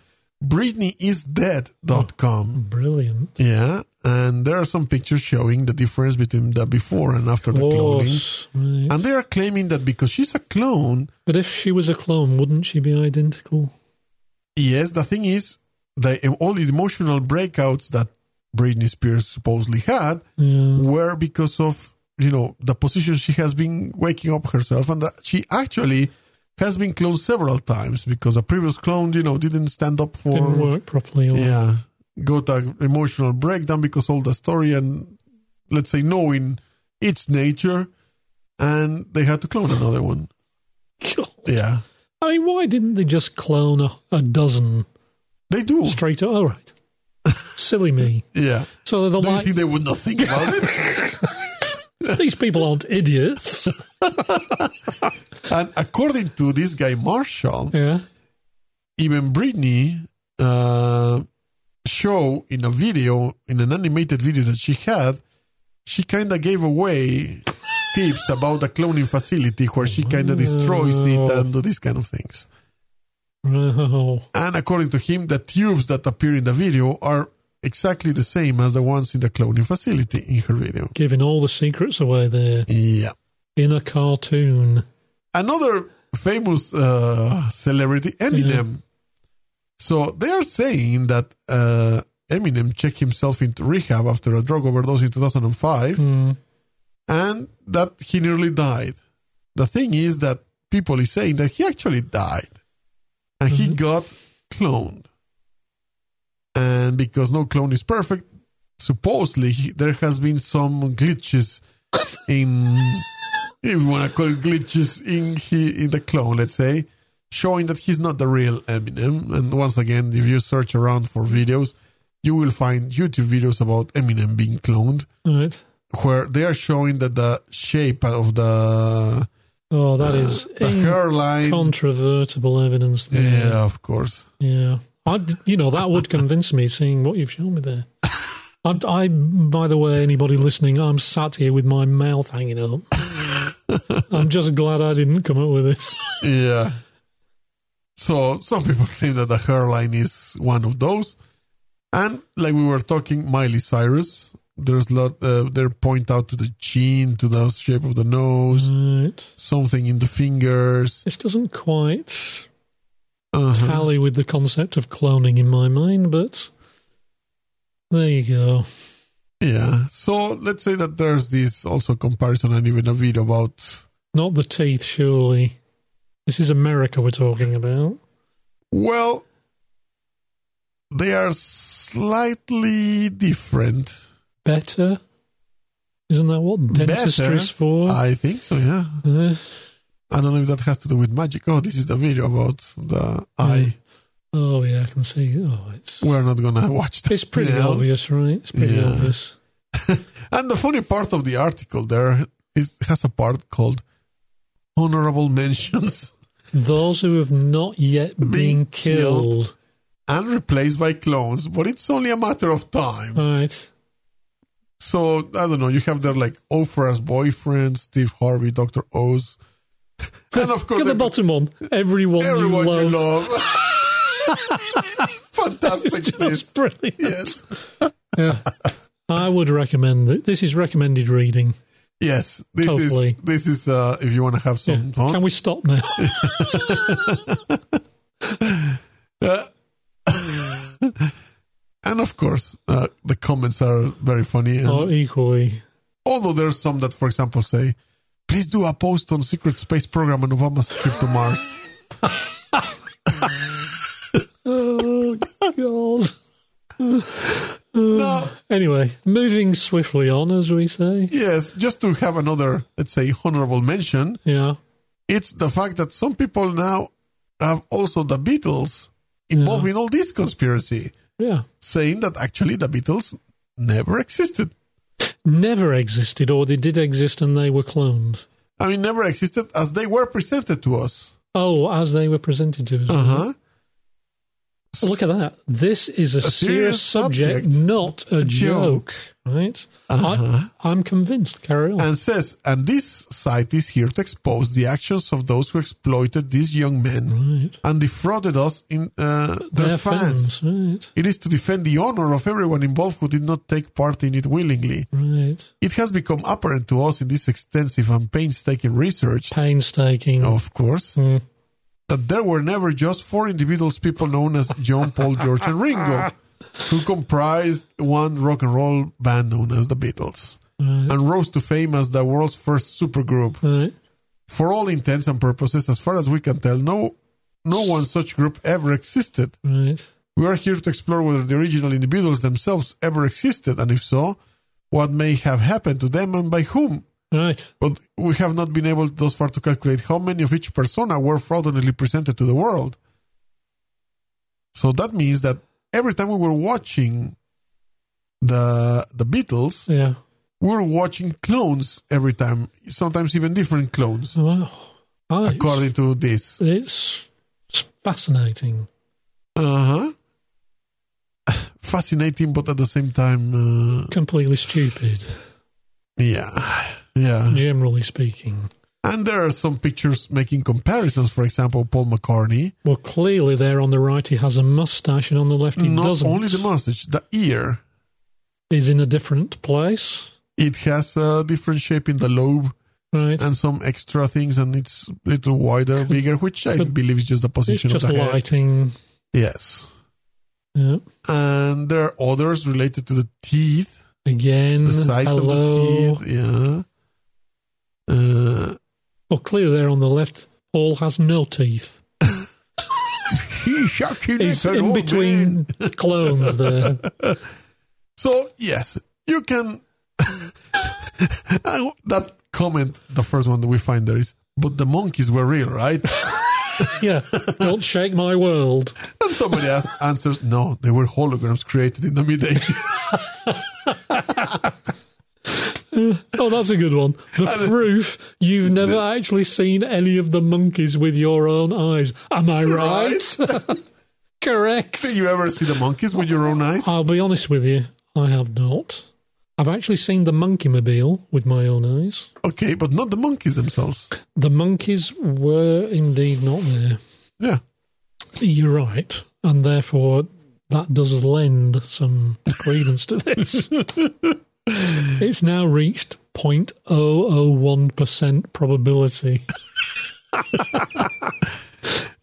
[SPEAKER 1] BritneyIsDead.com.
[SPEAKER 2] Brilliant.
[SPEAKER 1] Yeah, and there are some pictures showing the difference between the before and after
[SPEAKER 2] Oh,
[SPEAKER 1] the cloning.
[SPEAKER 2] Course, right.
[SPEAKER 1] And they are claiming that because she's a clone,
[SPEAKER 2] But if she was a clone, wouldn't she be identical?
[SPEAKER 1] yes, the thing is, the, all the emotional breakouts that Britney Spears supposedly had
[SPEAKER 2] Yeah.
[SPEAKER 1] were because of you know, the position she has been waking up herself and that she actually has been cloned several times because a previous clone, you know, didn't stand up for
[SPEAKER 2] Didn't work properly. Or,
[SPEAKER 1] yeah, got an emotional breakdown because all the story and let's say knowing its nature, and they had to clone another one.
[SPEAKER 2] God.
[SPEAKER 1] Yeah,
[SPEAKER 2] I mean, why didn't they just clone a, a dozen
[SPEAKER 1] they do.
[SPEAKER 2] straight up? All right. Silly me.
[SPEAKER 1] Yeah,
[SPEAKER 2] So they're
[SPEAKER 1] do you
[SPEAKER 2] like,
[SPEAKER 1] think they would not think about it?
[SPEAKER 2] these people aren't idiots.
[SPEAKER 1] And according to this guy Marshall,
[SPEAKER 2] Yeah.
[SPEAKER 1] even Britney uh, show in a video, in an animated video that she had, she kind of gave away tips about the cloning facility where she kind of destroys it and do these kind of things.
[SPEAKER 2] Oh.
[SPEAKER 1] And according to him, the tubes that appear in the video are exactly the same as the ones in the cloning facility in her video.
[SPEAKER 2] giving all the secrets away there
[SPEAKER 1] Yeah.
[SPEAKER 2] in a cartoon.
[SPEAKER 1] another famous uh, celebrity, Eminem. So they are saying that uh, Eminem checked himself into rehab after a drug overdose in 2005
[SPEAKER 2] Hmm.
[SPEAKER 1] and that he nearly died. The thing is that people is saying that he actually died and he got cloned. And because no clone is perfect, supposedly he- there has been some glitches in if you want to call it glitches in he, in the clone, let's say, showing that he's not the real Eminem. And once again, if you search around for videos, you will find YouTube videos about Eminem being cloned
[SPEAKER 2] All right.
[SPEAKER 1] where they are showing that the shape of the
[SPEAKER 2] Oh, that is
[SPEAKER 1] the hairline.
[SPEAKER 2] incontrovertible evidence there.
[SPEAKER 1] yeah, of course.
[SPEAKER 2] Yeah. I, you know, that would convince me seeing what you've shown me there. I, I, by the way, anybody listening, I'm sat here with my mouth hanging out. I'm just glad I didn't come up with this.
[SPEAKER 1] Yeah. So some people claim that the hairline is one of those, and like we were talking, Miley Cyrus. There's lot. Uh, they point out to the chin, to the shape of the
[SPEAKER 2] Mm.
[SPEAKER 1] nose,
[SPEAKER 2] Right.
[SPEAKER 1] something in the fingers.
[SPEAKER 2] This doesn't quite
[SPEAKER 1] Uh-huh.
[SPEAKER 2] tally with the concept of cloning in my mind, but there you go.
[SPEAKER 1] Yeah. So let's say that there's this also comparison and even a video about
[SPEAKER 2] Not the teeth, surely. This is America we're talking about.
[SPEAKER 1] Well, they are slightly different.
[SPEAKER 2] Better? Isn't that what dentistry's
[SPEAKER 1] Better?
[SPEAKER 2] for?
[SPEAKER 1] I think so, yeah.
[SPEAKER 2] Uh,
[SPEAKER 1] I don't know if that has to do with magic. Oh, this is the video about the eye.
[SPEAKER 2] oh, yeah, I can see. Oh, it's,
[SPEAKER 1] We're not going to watch that.
[SPEAKER 2] it's pretty
[SPEAKER 1] now.
[SPEAKER 2] obvious, right? It's pretty
[SPEAKER 1] Yeah.
[SPEAKER 2] obvious.
[SPEAKER 1] And the funny part of the article there is has a part called honorable mentions
[SPEAKER 2] Those who have not yet been,
[SPEAKER 1] Being
[SPEAKER 2] killed.
[SPEAKER 1] and replaced by clones, but it's only a matter of time.
[SPEAKER 2] Right.
[SPEAKER 1] So I don't know. You have there like Oprah's boyfriend, Steve Harvey, Doctor Oz, and of course
[SPEAKER 2] Get
[SPEAKER 1] every-
[SPEAKER 2] the bottom one. Everyone,
[SPEAKER 1] Everyone
[SPEAKER 2] you love.
[SPEAKER 1] Fantastic
[SPEAKER 2] That's
[SPEAKER 1] this.
[SPEAKER 2] brilliant.
[SPEAKER 1] Yes.
[SPEAKER 2] Yeah. I would recommend that. This is recommended reading.
[SPEAKER 1] Yes. This
[SPEAKER 2] Totally.
[SPEAKER 1] is this is uh if you want to have some fun.
[SPEAKER 2] Can we stop now?
[SPEAKER 1] and of course, uh, the comments are very funny. And
[SPEAKER 2] or Oh, equally.
[SPEAKER 1] Although there's some that for example say, please do a post on secret space program and Obama's trip to Mars.
[SPEAKER 2] Oh, God.
[SPEAKER 1] no.
[SPEAKER 2] Anyway, moving swiftly on, as we say.
[SPEAKER 1] Yes, just to have another, let's say, honorable mention,
[SPEAKER 2] Yeah.
[SPEAKER 1] it's the fact that some people now have also the Beatles involved in all this conspiracy.
[SPEAKER 2] Yeah.
[SPEAKER 1] saying that actually the Beatles never existed.
[SPEAKER 2] Never existed, or they did exist and they were cloned.
[SPEAKER 1] I mean, never existed as they were presented to us.
[SPEAKER 2] Oh, as they were presented to us.
[SPEAKER 1] Uh-huh.
[SPEAKER 2] Look at that. This is a, serious,
[SPEAKER 1] serious
[SPEAKER 2] subject,
[SPEAKER 1] subject.
[SPEAKER 2] not a, joke. Uh-huh.
[SPEAKER 1] joke.
[SPEAKER 2] Right? I, I'm convinced. Carry on.
[SPEAKER 1] And says, and this site is here to expose the actions of those who exploited these young men
[SPEAKER 2] right.
[SPEAKER 1] and defrauded us in uh, Mm-hmm. their,
[SPEAKER 2] They're
[SPEAKER 1] fans.
[SPEAKER 2] fans. Right.
[SPEAKER 1] It is to defend the honor of everyone involved who did not take part in it willingly.
[SPEAKER 2] Right.
[SPEAKER 1] It has become apparent to us in this extensive and painstaking research,
[SPEAKER 2] Painstaking.
[SPEAKER 1] of course,
[SPEAKER 2] Hmm.
[SPEAKER 1] that there were never just four individuals, people known as John, Paul, George, and Ringo, who comprised one rock and roll band known as the Beatles.
[SPEAKER 2] Right.
[SPEAKER 1] and rose to fame as the world's first supergroup.
[SPEAKER 2] Right.
[SPEAKER 1] For all intents and purposes, as far as we can tell, no no one such group ever existed.
[SPEAKER 2] Right.
[SPEAKER 1] We are here to explore whether the original individuals themselves ever existed, and if so, what may have happened to them and by whom.
[SPEAKER 2] Right.
[SPEAKER 1] But we have not been able thus far to calculate how many of each persona were fraudulently presented to the world. So that means that every time we were watching the the Beatles,
[SPEAKER 2] Yeah.
[SPEAKER 1] we were watching clones every time, sometimes even different clones,
[SPEAKER 2] Wow. Right.
[SPEAKER 1] according to this.
[SPEAKER 2] It's, it's fascinating.
[SPEAKER 1] Uh huh. Fascinating, but at the same time, uh,
[SPEAKER 2] Completely stupid,
[SPEAKER 1] yeah, yeah.
[SPEAKER 2] generally speaking.
[SPEAKER 1] And there are some pictures making comparisons. For example, Paul McCartney.
[SPEAKER 2] Well, clearly there on the right he has a mustache, and on the left he
[SPEAKER 1] not
[SPEAKER 2] doesn't.
[SPEAKER 1] only the mustache, the ear.
[SPEAKER 2] He's in a different place.
[SPEAKER 1] It has a different shape in the lobe
[SPEAKER 2] Right.
[SPEAKER 1] and some extra things, and it's a little wider, bigger, which I
[SPEAKER 2] could-
[SPEAKER 1] believe is just the
[SPEAKER 2] it's
[SPEAKER 1] position
[SPEAKER 2] just
[SPEAKER 1] of the head.
[SPEAKER 2] lighting.
[SPEAKER 1] Yes.
[SPEAKER 2] Yeah.
[SPEAKER 1] And there are others related to the teeth,
[SPEAKER 2] Again.
[SPEAKER 1] the size
[SPEAKER 2] Mm, hello.
[SPEAKER 1] of the teeth. Yeah. Uh,
[SPEAKER 2] Well, clearly there on the left, Paul has no teeth.
[SPEAKER 1] he shot you
[SPEAKER 2] He's
[SPEAKER 1] like an
[SPEAKER 2] in
[SPEAKER 1] old man.
[SPEAKER 2] between clones there.
[SPEAKER 1] So yes, you can. I- that comment, the first one that we find there is, but the monkeys were real, right?
[SPEAKER 2] Yeah. Don't shake my world.
[SPEAKER 1] And somebody else answers, no, they were holograms created in the mid 80s.
[SPEAKER 2] Oh, that's a good one. The proof you've never actually seen any of the monkeys with your own eyes. Am I right? Correct.
[SPEAKER 1] Did you ever see the monkeys with your own eyes?
[SPEAKER 2] I'll be honest with you, I have not. I've actually seen the monkey mobile with my own eyes.
[SPEAKER 1] Okay, but not the monkeys themselves.
[SPEAKER 2] The monkeys were indeed not there.
[SPEAKER 1] Yeah.
[SPEAKER 2] You're right. And therefore, that does lend some credence to this. it's now reached 0.001% probability.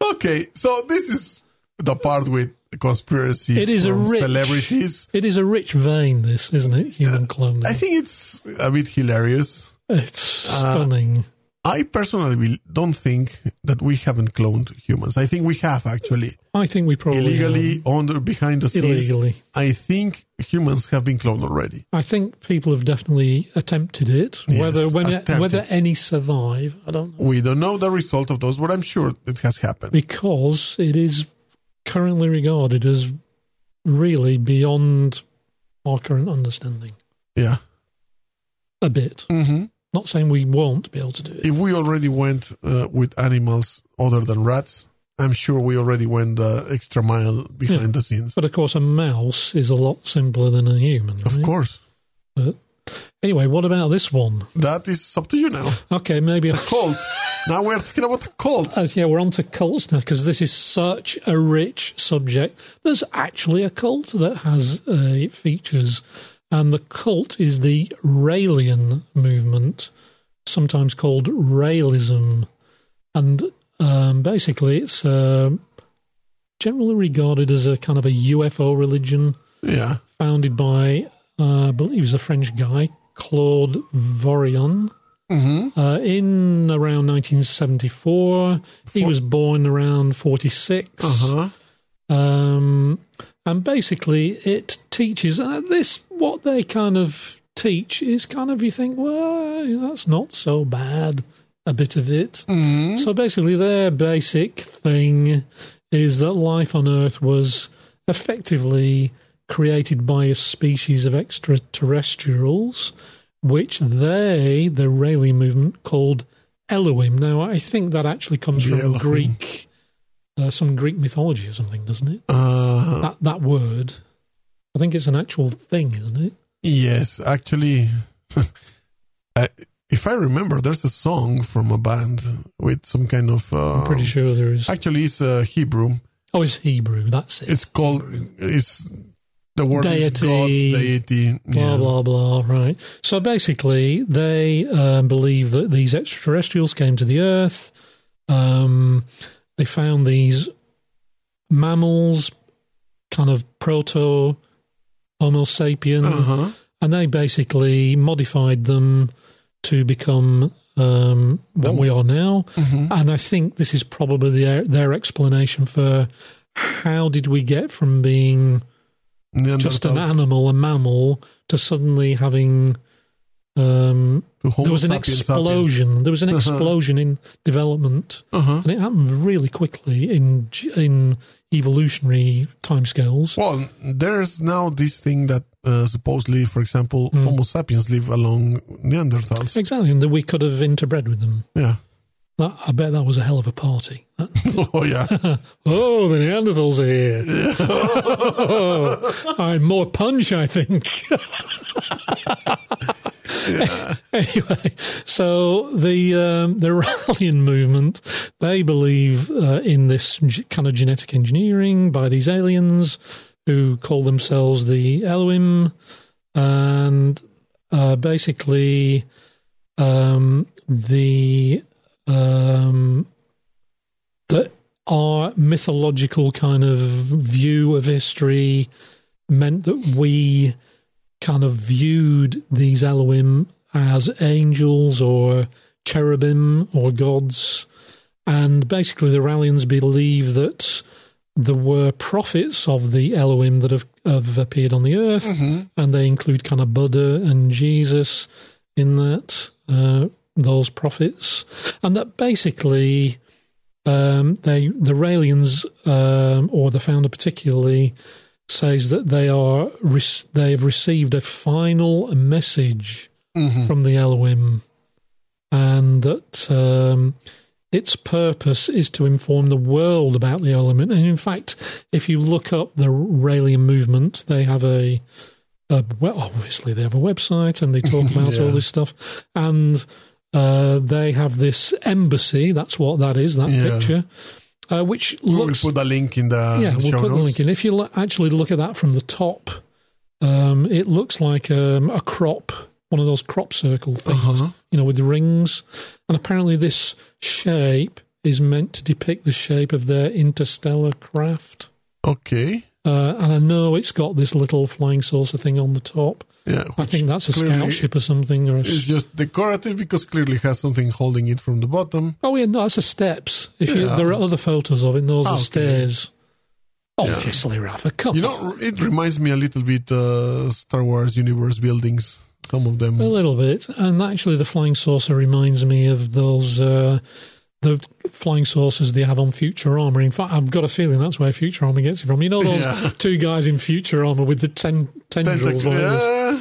[SPEAKER 1] Okay, so this is the part with conspiracy
[SPEAKER 2] It is a
[SPEAKER 1] from
[SPEAKER 2] rich-
[SPEAKER 1] celebrities.
[SPEAKER 2] It is a rich vein, this, isn't it? Human cloning.
[SPEAKER 1] Uh, I think it's a bit hilarious.
[SPEAKER 2] it's
[SPEAKER 1] Uh,
[SPEAKER 2] stunning.
[SPEAKER 1] I personally will- don't think that we haven't cloned humans. I think we have actually.
[SPEAKER 2] I think we probably
[SPEAKER 1] illegally under behind the
[SPEAKER 2] are.
[SPEAKER 1] scenes.
[SPEAKER 2] Oh, illegally.
[SPEAKER 1] I think humans have been cloned already.
[SPEAKER 2] I think people have definitely attempted it.
[SPEAKER 1] Yes,
[SPEAKER 2] whether when
[SPEAKER 1] attempted.
[SPEAKER 2] whether any survive, I don't know.
[SPEAKER 1] We don't know the result of those, but I'm sure it has happened.
[SPEAKER 2] because it is currently regarded as really beyond our current understanding.
[SPEAKER 1] Yeah.
[SPEAKER 2] A bit.
[SPEAKER 1] hmm
[SPEAKER 2] Not saying we won't be able to do it.
[SPEAKER 1] If we already went uh, with animals other than rats, I'm sure we already went the extra mile behind the scenes.
[SPEAKER 2] But of course, a mouse is a lot simpler than a human.
[SPEAKER 1] Of
[SPEAKER 2] right?
[SPEAKER 1] course.
[SPEAKER 2] Anyway, what about this one?
[SPEAKER 1] That is up to you now.
[SPEAKER 2] Okay, maybe.
[SPEAKER 1] A cult. now we're talking about a cult.
[SPEAKER 2] Oh, yeah, we're on to cults now because this is such a rich subject. There's actually a cult that has uh, features, and the cult is the Raelian movement, sometimes called Raelism. And um, basically, it's uh, generally regarded as a kind of a UFO religion
[SPEAKER 1] Yeah.
[SPEAKER 2] founded by, uh, I believe, he's a French guy, Claude Vorion. Uh, in around 1974, he was born around 46.
[SPEAKER 1] Uh-huh.
[SPEAKER 2] Um, and basically, it teaches uh, this what they kind of teach is kind of you think, well, that's not so bad. A bit of it.
[SPEAKER 1] Mm-hmm.
[SPEAKER 2] So basically, their basic thing is that life on Earth was effectively created by a species of extraterrestrials, which they, the Rayleigh movement, called Elohim. Now, I think that actually comes
[SPEAKER 1] The
[SPEAKER 2] from
[SPEAKER 1] Elohim.
[SPEAKER 2] Greek, uh, some Greek mythology or something, doesn't it?
[SPEAKER 1] Uh,
[SPEAKER 2] That that word. I think it's an actual thing, isn't it?
[SPEAKER 1] yes, actually, I, if I remember, there's a song from a band with some kind of. Uh,
[SPEAKER 2] I'm pretty sure there is.
[SPEAKER 1] Actually, it's uh, Hebrew.
[SPEAKER 2] Oh, it's Hebrew. That's it.
[SPEAKER 1] It's called. It's the word is
[SPEAKER 2] Deity.
[SPEAKER 1] God's deity.
[SPEAKER 2] blah
[SPEAKER 1] Yeah.
[SPEAKER 2] blah blah right so basically they um, believe that these extraterrestrials came to the earth um, they found these mammals kind of proto homo sapien
[SPEAKER 1] Uh-huh.
[SPEAKER 2] and they basically modified them to become um, what we are now.
[SPEAKER 1] Mm-hmm.
[SPEAKER 2] And I think this is probably their their explanation for how did we get from being just an
[SPEAKER 1] Neanderthal
[SPEAKER 2] animal, a mammal, to suddenly having um,
[SPEAKER 1] to Homo
[SPEAKER 2] there was an
[SPEAKER 1] sapiens
[SPEAKER 2] explosion. There was an explosion in development,
[SPEAKER 1] Uh-huh.
[SPEAKER 2] and it happened really quickly in g- in evolutionary timescales.
[SPEAKER 1] Well, there's now this thing that uh, supposedly, for example,
[SPEAKER 2] Hmm.
[SPEAKER 1] Homo sapiens live along Neanderthals.
[SPEAKER 2] Exactly, and that we could have interbred with them.
[SPEAKER 1] yeah.
[SPEAKER 2] That, I bet that was a hell of a party. That-
[SPEAKER 1] oh yeah.
[SPEAKER 2] oh, the Neanderthals are here. oh, all right, more punch, I think. anyway, so the um, the Rallian movement, they believe uh, in this g- kind of genetic engineering by these aliens who call themselves the Elohim, and uh, basically um, the um, that our mythological kind of view of history meant that we kind of viewed these Elohim as angels or cherubim or gods. And basically, the Rallians believe that there were prophets of the Elohim that have, have appeared on the earth,
[SPEAKER 1] Mm-hmm.
[SPEAKER 2] and they include kind of Buddha and Jesus in that, uh, those prophets. And that basically um, they the Raelians um, or the founder particularly says that they are rec- they have received a final message
[SPEAKER 1] Mm-hmm.
[SPEAKER 2] from the Elohim, and that um, its purpose is to inform the world about the Elohim. And in fact, if you look up the Raelian movement, they have a, a well, obviously they have a website and they talk about all
[SPEAKER 1] Yeah.
[SPEAKER 2] this stuff, and uh, they have this embassy. That's what that is. That
[SPEAKER 1] Yeah.
[SPEAKER 2] picture, uh, which
[SPEAKER 1] we'll
[SPEAKER 2] looks
[SPEAKER 1] put a link in the
[SPEAKER 2] yeah, we'll
[SPEAKER 1] um, show
[SPEAKER 2] put the
[SPEAKER 1] notes.
[SPEAKER 2] link in. If you lo- actually look at that from the top, um, it looks like um, a crop, one of those crop circle things,
[SPEAKER 1] Uh-huh.
[SPEAKER 2] you know, with the rings. And apparently, this shape is meant to depict the shape of their interstellar craft.
[SPEAKER 1] Okay.
[SPEAKER 2] Uh, and I know it's got this little flying saucer thing on the top.
[SPEAKER 1] Yeah.
[SPEAKER 2] I
[SPEAKER 1] which
[SPEAKER 2] think that's a
[SPEAKER 1] clearly
[SPEAKER 2] scout ship or something. Or a,
[SPEAKER 1] It's
[SPEAKER 2] s-
[SPEAKER 1] just decorative because clearly has something holding it from the bottom.
[SPEAKER 2] oh yeah, no, that's the steps. If you,
[SPEAKER 1] Yeah.
[SPEAKER 2] there are other photos of it, and those
[SPEAKER 1] Ah,
[SPEAKER 2] are
[SPEAKER 1] okay.
[SPEAKER 2] stairs. Obviously, Rafa, come
[SPEAKER 1] You
[SPEAKER 2] on.
[SPEAKER 1] know, it reminds me a little bit uh, Star Wars universe buildings. Some of them.
[SPEAKER 2] A little bit, and actually, the flying saucer reminds me of those uh, the flying saucers they have on Future Armor. In fact, I've got a feeling that's where Future Armor gets it from. You know those
[SPEAKER 1] Yeah.
[SPEAKER 2] two guys in Future Armor with the ten- tendrils.
[SPEAKER 1] Tentacle-
[SPEAKER 2] like this?
[SPEAKER 1] yeah.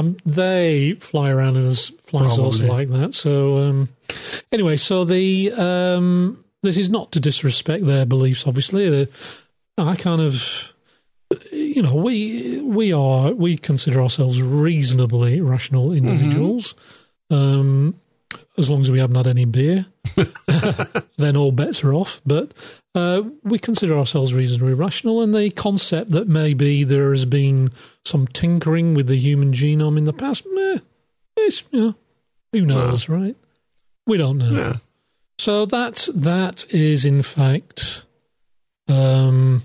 [SPEAKER 2] Um, they fly around in a s- flying saucer
[SPEAKER 1] Probably.
[SPEAKER 2] like that. So um, anyway, so the um, this is not to disrespect their beliefs. Obviously, The- I kind of you know we we are we consider ourselves reasonably rational individuals. Um, as long as we haven't had any beer, then all bets are off. But uh, we consider ourselves reasonably rational, and the concept that maybe there has been some tinkering with the human genome in the past, meh, it's, you know, who knows, right? We don't know.
[SPEAKER 1] Yeah.
[SPEAKER 2] So that that is in fact um,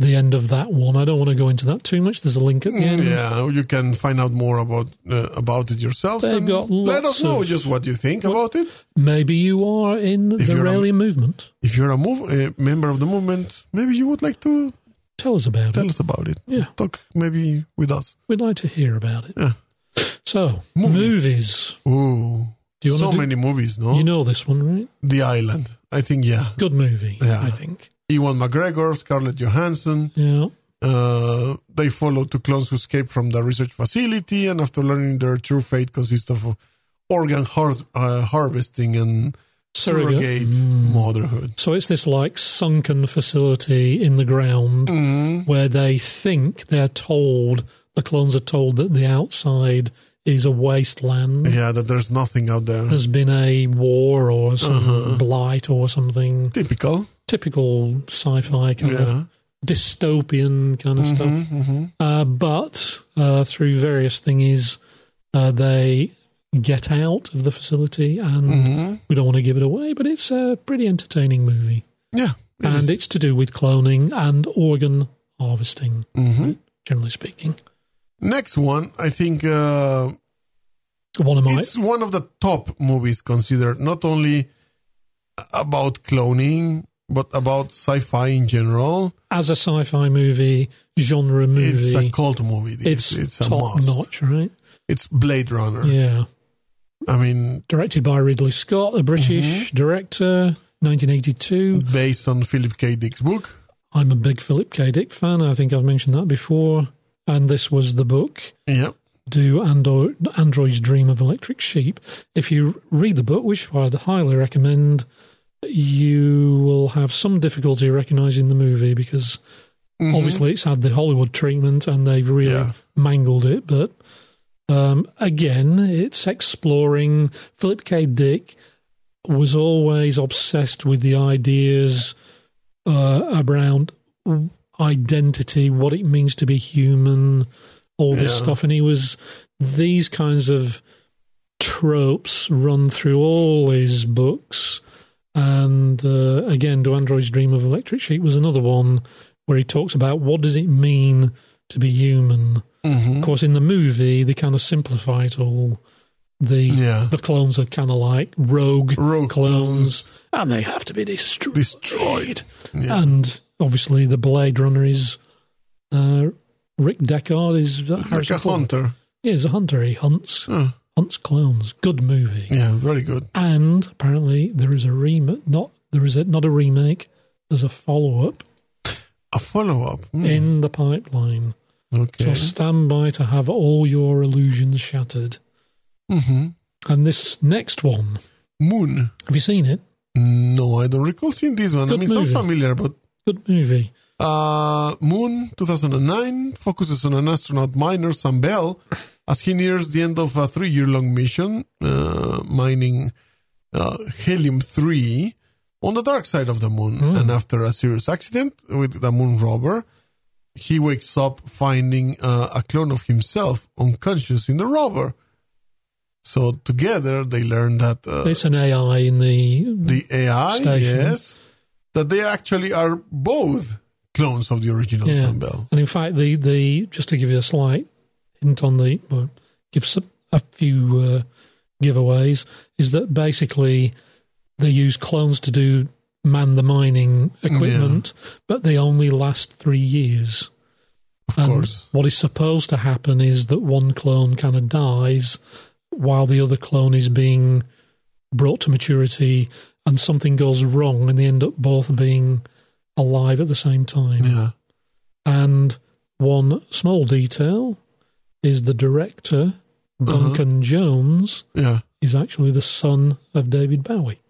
[SPEAKER 2] the end of that one. I don't want to go into that too much. There's a link at the end.
[SPEAKER 1] Mm, Yeah, you can find out more about uh, about it yourself.
[SPEAKER 2] They've
[SPEAKER 1] and
[SPEAKER 2] got
[SPEAKER 1] let
[SPEAKER 2] lots
[SPEAKER 1] us know
[SPEAKER 2] of-
[SPEAKER 1] just what you think about it.
[SPEAKER 2] Maybe you are in the
[SPEAKER 1] you're a-
[SPEAKER 2] Raelian movement.
[SPEAKER 1] If you're a, move, a member of the movement, maybe you would like to
[SPEAKER 2] Tell us about
[SPEAKER 1] tell
[SPEAKER 2] it.
[SPEAKER 1] us about it.
[SPEAKER 2] Yeah.
[SPEAKER 1] Talk maybe with us.
[SPEAKER 2] We'd like to hear about it.
[SPEAKER 1] Yeah.
[SPEAKER 2] So
[SPEAKER 1] Movies.
[SPEAKER 2] movies.
[SPEAKER 1] Ooh,
[SPEAKER 2] Do you wanna
[SPEAKER 1] so
[SPEAKER 2] do-
[SPEAKER 1] many movies, no?
[SPEAKER 2] You know this one, right?
[SPEAKER 1] the Island. I think yeah.
[SPEAKER 2] Good movie,
[SPEAKER 1] Yeah.
[SPEAKER 2] I think.
[SPEAKER 1] Ewan McGregor, Scarlett Johansson.
[SPEAKER 2] Yeah.
[SPEAKER 1] Uh, they follow two clones who escape from the research facility, and after learning their true fate consists of organ har- uh, harvesting and
[SPEAKER 2] Surrogate. Mm.
[SPEAKER 1] surrogate motherhood.
[SPEAKER 2] So it's this like sunken facility in the ground
[SPEAKER 1] Mm. Mm-hmm.
[SPEAKER 2] where they think they're told the clones are told that the outside is a wasteland.
[SPEAKER 1] Yeah, that there's nothing out there.
[SPEAKER 2] There's been a war or some
[SPEAKER 1] Uh-huh.
[SPEAKER 2] blight or something.
[SPEAKER 1] Typical.
[SPEAKER 2] Typical sci-fi kind of
[SPEAKER 1] Yeah. Mm-hmm.
[SPEAKER 2] dystopian kind of stuff. Uh, but uh, through various thingies, uh, they get out of the facility, and
[SPEAKER 1] Mm-hmm.
[SPEAKER 2] we don't want to give it away. But it's a pretty entertaining movie,
[SPEAKER 1] Yeah. it
[SPEAKER 2] and
[SPEAKER 1] is.
[SPEAKER 2] it's to do with cloning and organ harvesting, generally speaking.
[SPEAKER 1] Mm-hmm. Next one, I think uh,
[SPEAKER 2] One of my
[SPEAKER 1] it's one of the top movies considered not only about cloning but about sci-fi in general.
[SPEAKER 2] as a sci-fi movie genre movie.
[SPEAKER 1] It's a cult movie.
[SPEAKER 2] it's top notch, right?
[SPEAKER 1] It's Blade Runner.
[SPEAKER 2] Yeah.
[SPEAKER 1] I mean,
[SPEAKER 2] Directed by Ridley Scott, a British
[SPEAKER 1] Mm-hmm.
[SPEAKER 2] director, 1982.
[SPEAKER 1] based on Philip K. Dick's book.
[SPEAKER 2] I'm a big Philip K. Dick fan. I think I've mentioned that before. And this was the book,
[SPEAKER 1] Yeah.
[SPEAKER 2] Do Andor- Androids Dream of Electric Sheep? If you read the book, which I'd highly recommend, you will have some difficulty recognizing the movie because
[SPEAKER 1] Mm-hmm.
[SPEAKER 2] obviously it's had the Hollywood treatment and they've really
[SPEAKER 1] Yeah.
[SPEAKER 2] mangled it. But um, again, it's exploring. Philip K. Dick was always obsessed with the ideas uh, around identity, what it means to be human, all this
[SPEAKER 1] Yeah.
[SPEAKER 2] stuff. And he was these kinds of tropes run through all his books. And uh, again, Do Androids Dream of Electric Sheep was another one where he talks about what does it mean to be human.
[SPEAKER 1] Mm-hmm. Hmm.
[SPEAKER 2] Of course, in the movie, they kind of simplify it all. The
[SPEAKER 1] Yeah.
[SPEAKER 2] the clones are kind of like rogue,
[SPEAKER 1] Rogue
[SPEAKER 2] clones, and they have to be destroyed.
[SPEAKER 1] Destroyed. Yeah.
[SPEAKER 2] And obviously, the Blade Runner is uh, Rick Deckard is that
[SPEAKER 1] Like
[SPEAKER 2] Harrison
[SPEAKER 1] a
[SPEAKER 2] Ford?
[SPEAKER 1] hunter.
[SPEAKER 2] Yeah, he's a hunter. He hunts
[SPEAKER 1] Huh.
[SPEAKER 2] hunts clones. Good movie.
[SPEAKER 1] Yeah, very good.
[SPEAKER 2] And apparently, there is a remake. Not there is a, not a remake. There's a follow up
[SPEAKER 1] A follow-up. Hmm,
[SPEAKER 2] in the pipeline.
[SPEAKER 1] Okay.
[SPEAKER 2] So stand by to have all your illusions shattered.
[SPEAKER 1] hmm
[SPEAKER 2] And this next one,
[SPEAKER 1] Moon.
[SPEAKER 2] have you seen it?
[SPEAKER 1] No, I don't recall seeing this one. I
[SPEAKER 2] Good
[SPEAKER 1] mean, it sounds
[SPEAKER 2] movie.
[SPEAKER 1] familiar, but
[SPEAKER 2] Good movie.
[SPEAKER 1] Uh, Moon 2009 focuses on an astronaut miner, Sam Bell, as he nears the end of a three year long mission uh, mining uh, helium 3 on the dark side of the moon. And after a serious accident with the moon rover, he wakes up finding uh, a clone of himself unconscious in the rover. So together they learn that uh,
[SPEAKER 2] It's an AI in the.
[SPEAKER 1] the AI,
[SPEAKER 2] Station.
[SPEAKER 1] yes, that they actually are both clones of the original
[SPEAKER 2] Yeah.
[SPEAKER 1] Sam Bell.
[SPEAKER 2] And in fact, the, the just to give you a slight hint on the. Well, give some, a few uh, giveaways, is that basically they use clones to do man the mining equipment, but they only last three years.
[SPEAKER 1] Of
[SPEAKER 2] And
[SPEAKER 1] course,
[SPEAKER 2] what is supposed to happen is that one clone kind of dies while the other clone is being brought to maturity and something goes wrong and they end up both being alive at the same time.
[SPEAKER 1] yeah.
[SPEAKER 2] And one small detail is the director, Duncan Jones,
[SPEAKER 1] Yeah,
[SPEAKER 2] is actually the son of David Bowie.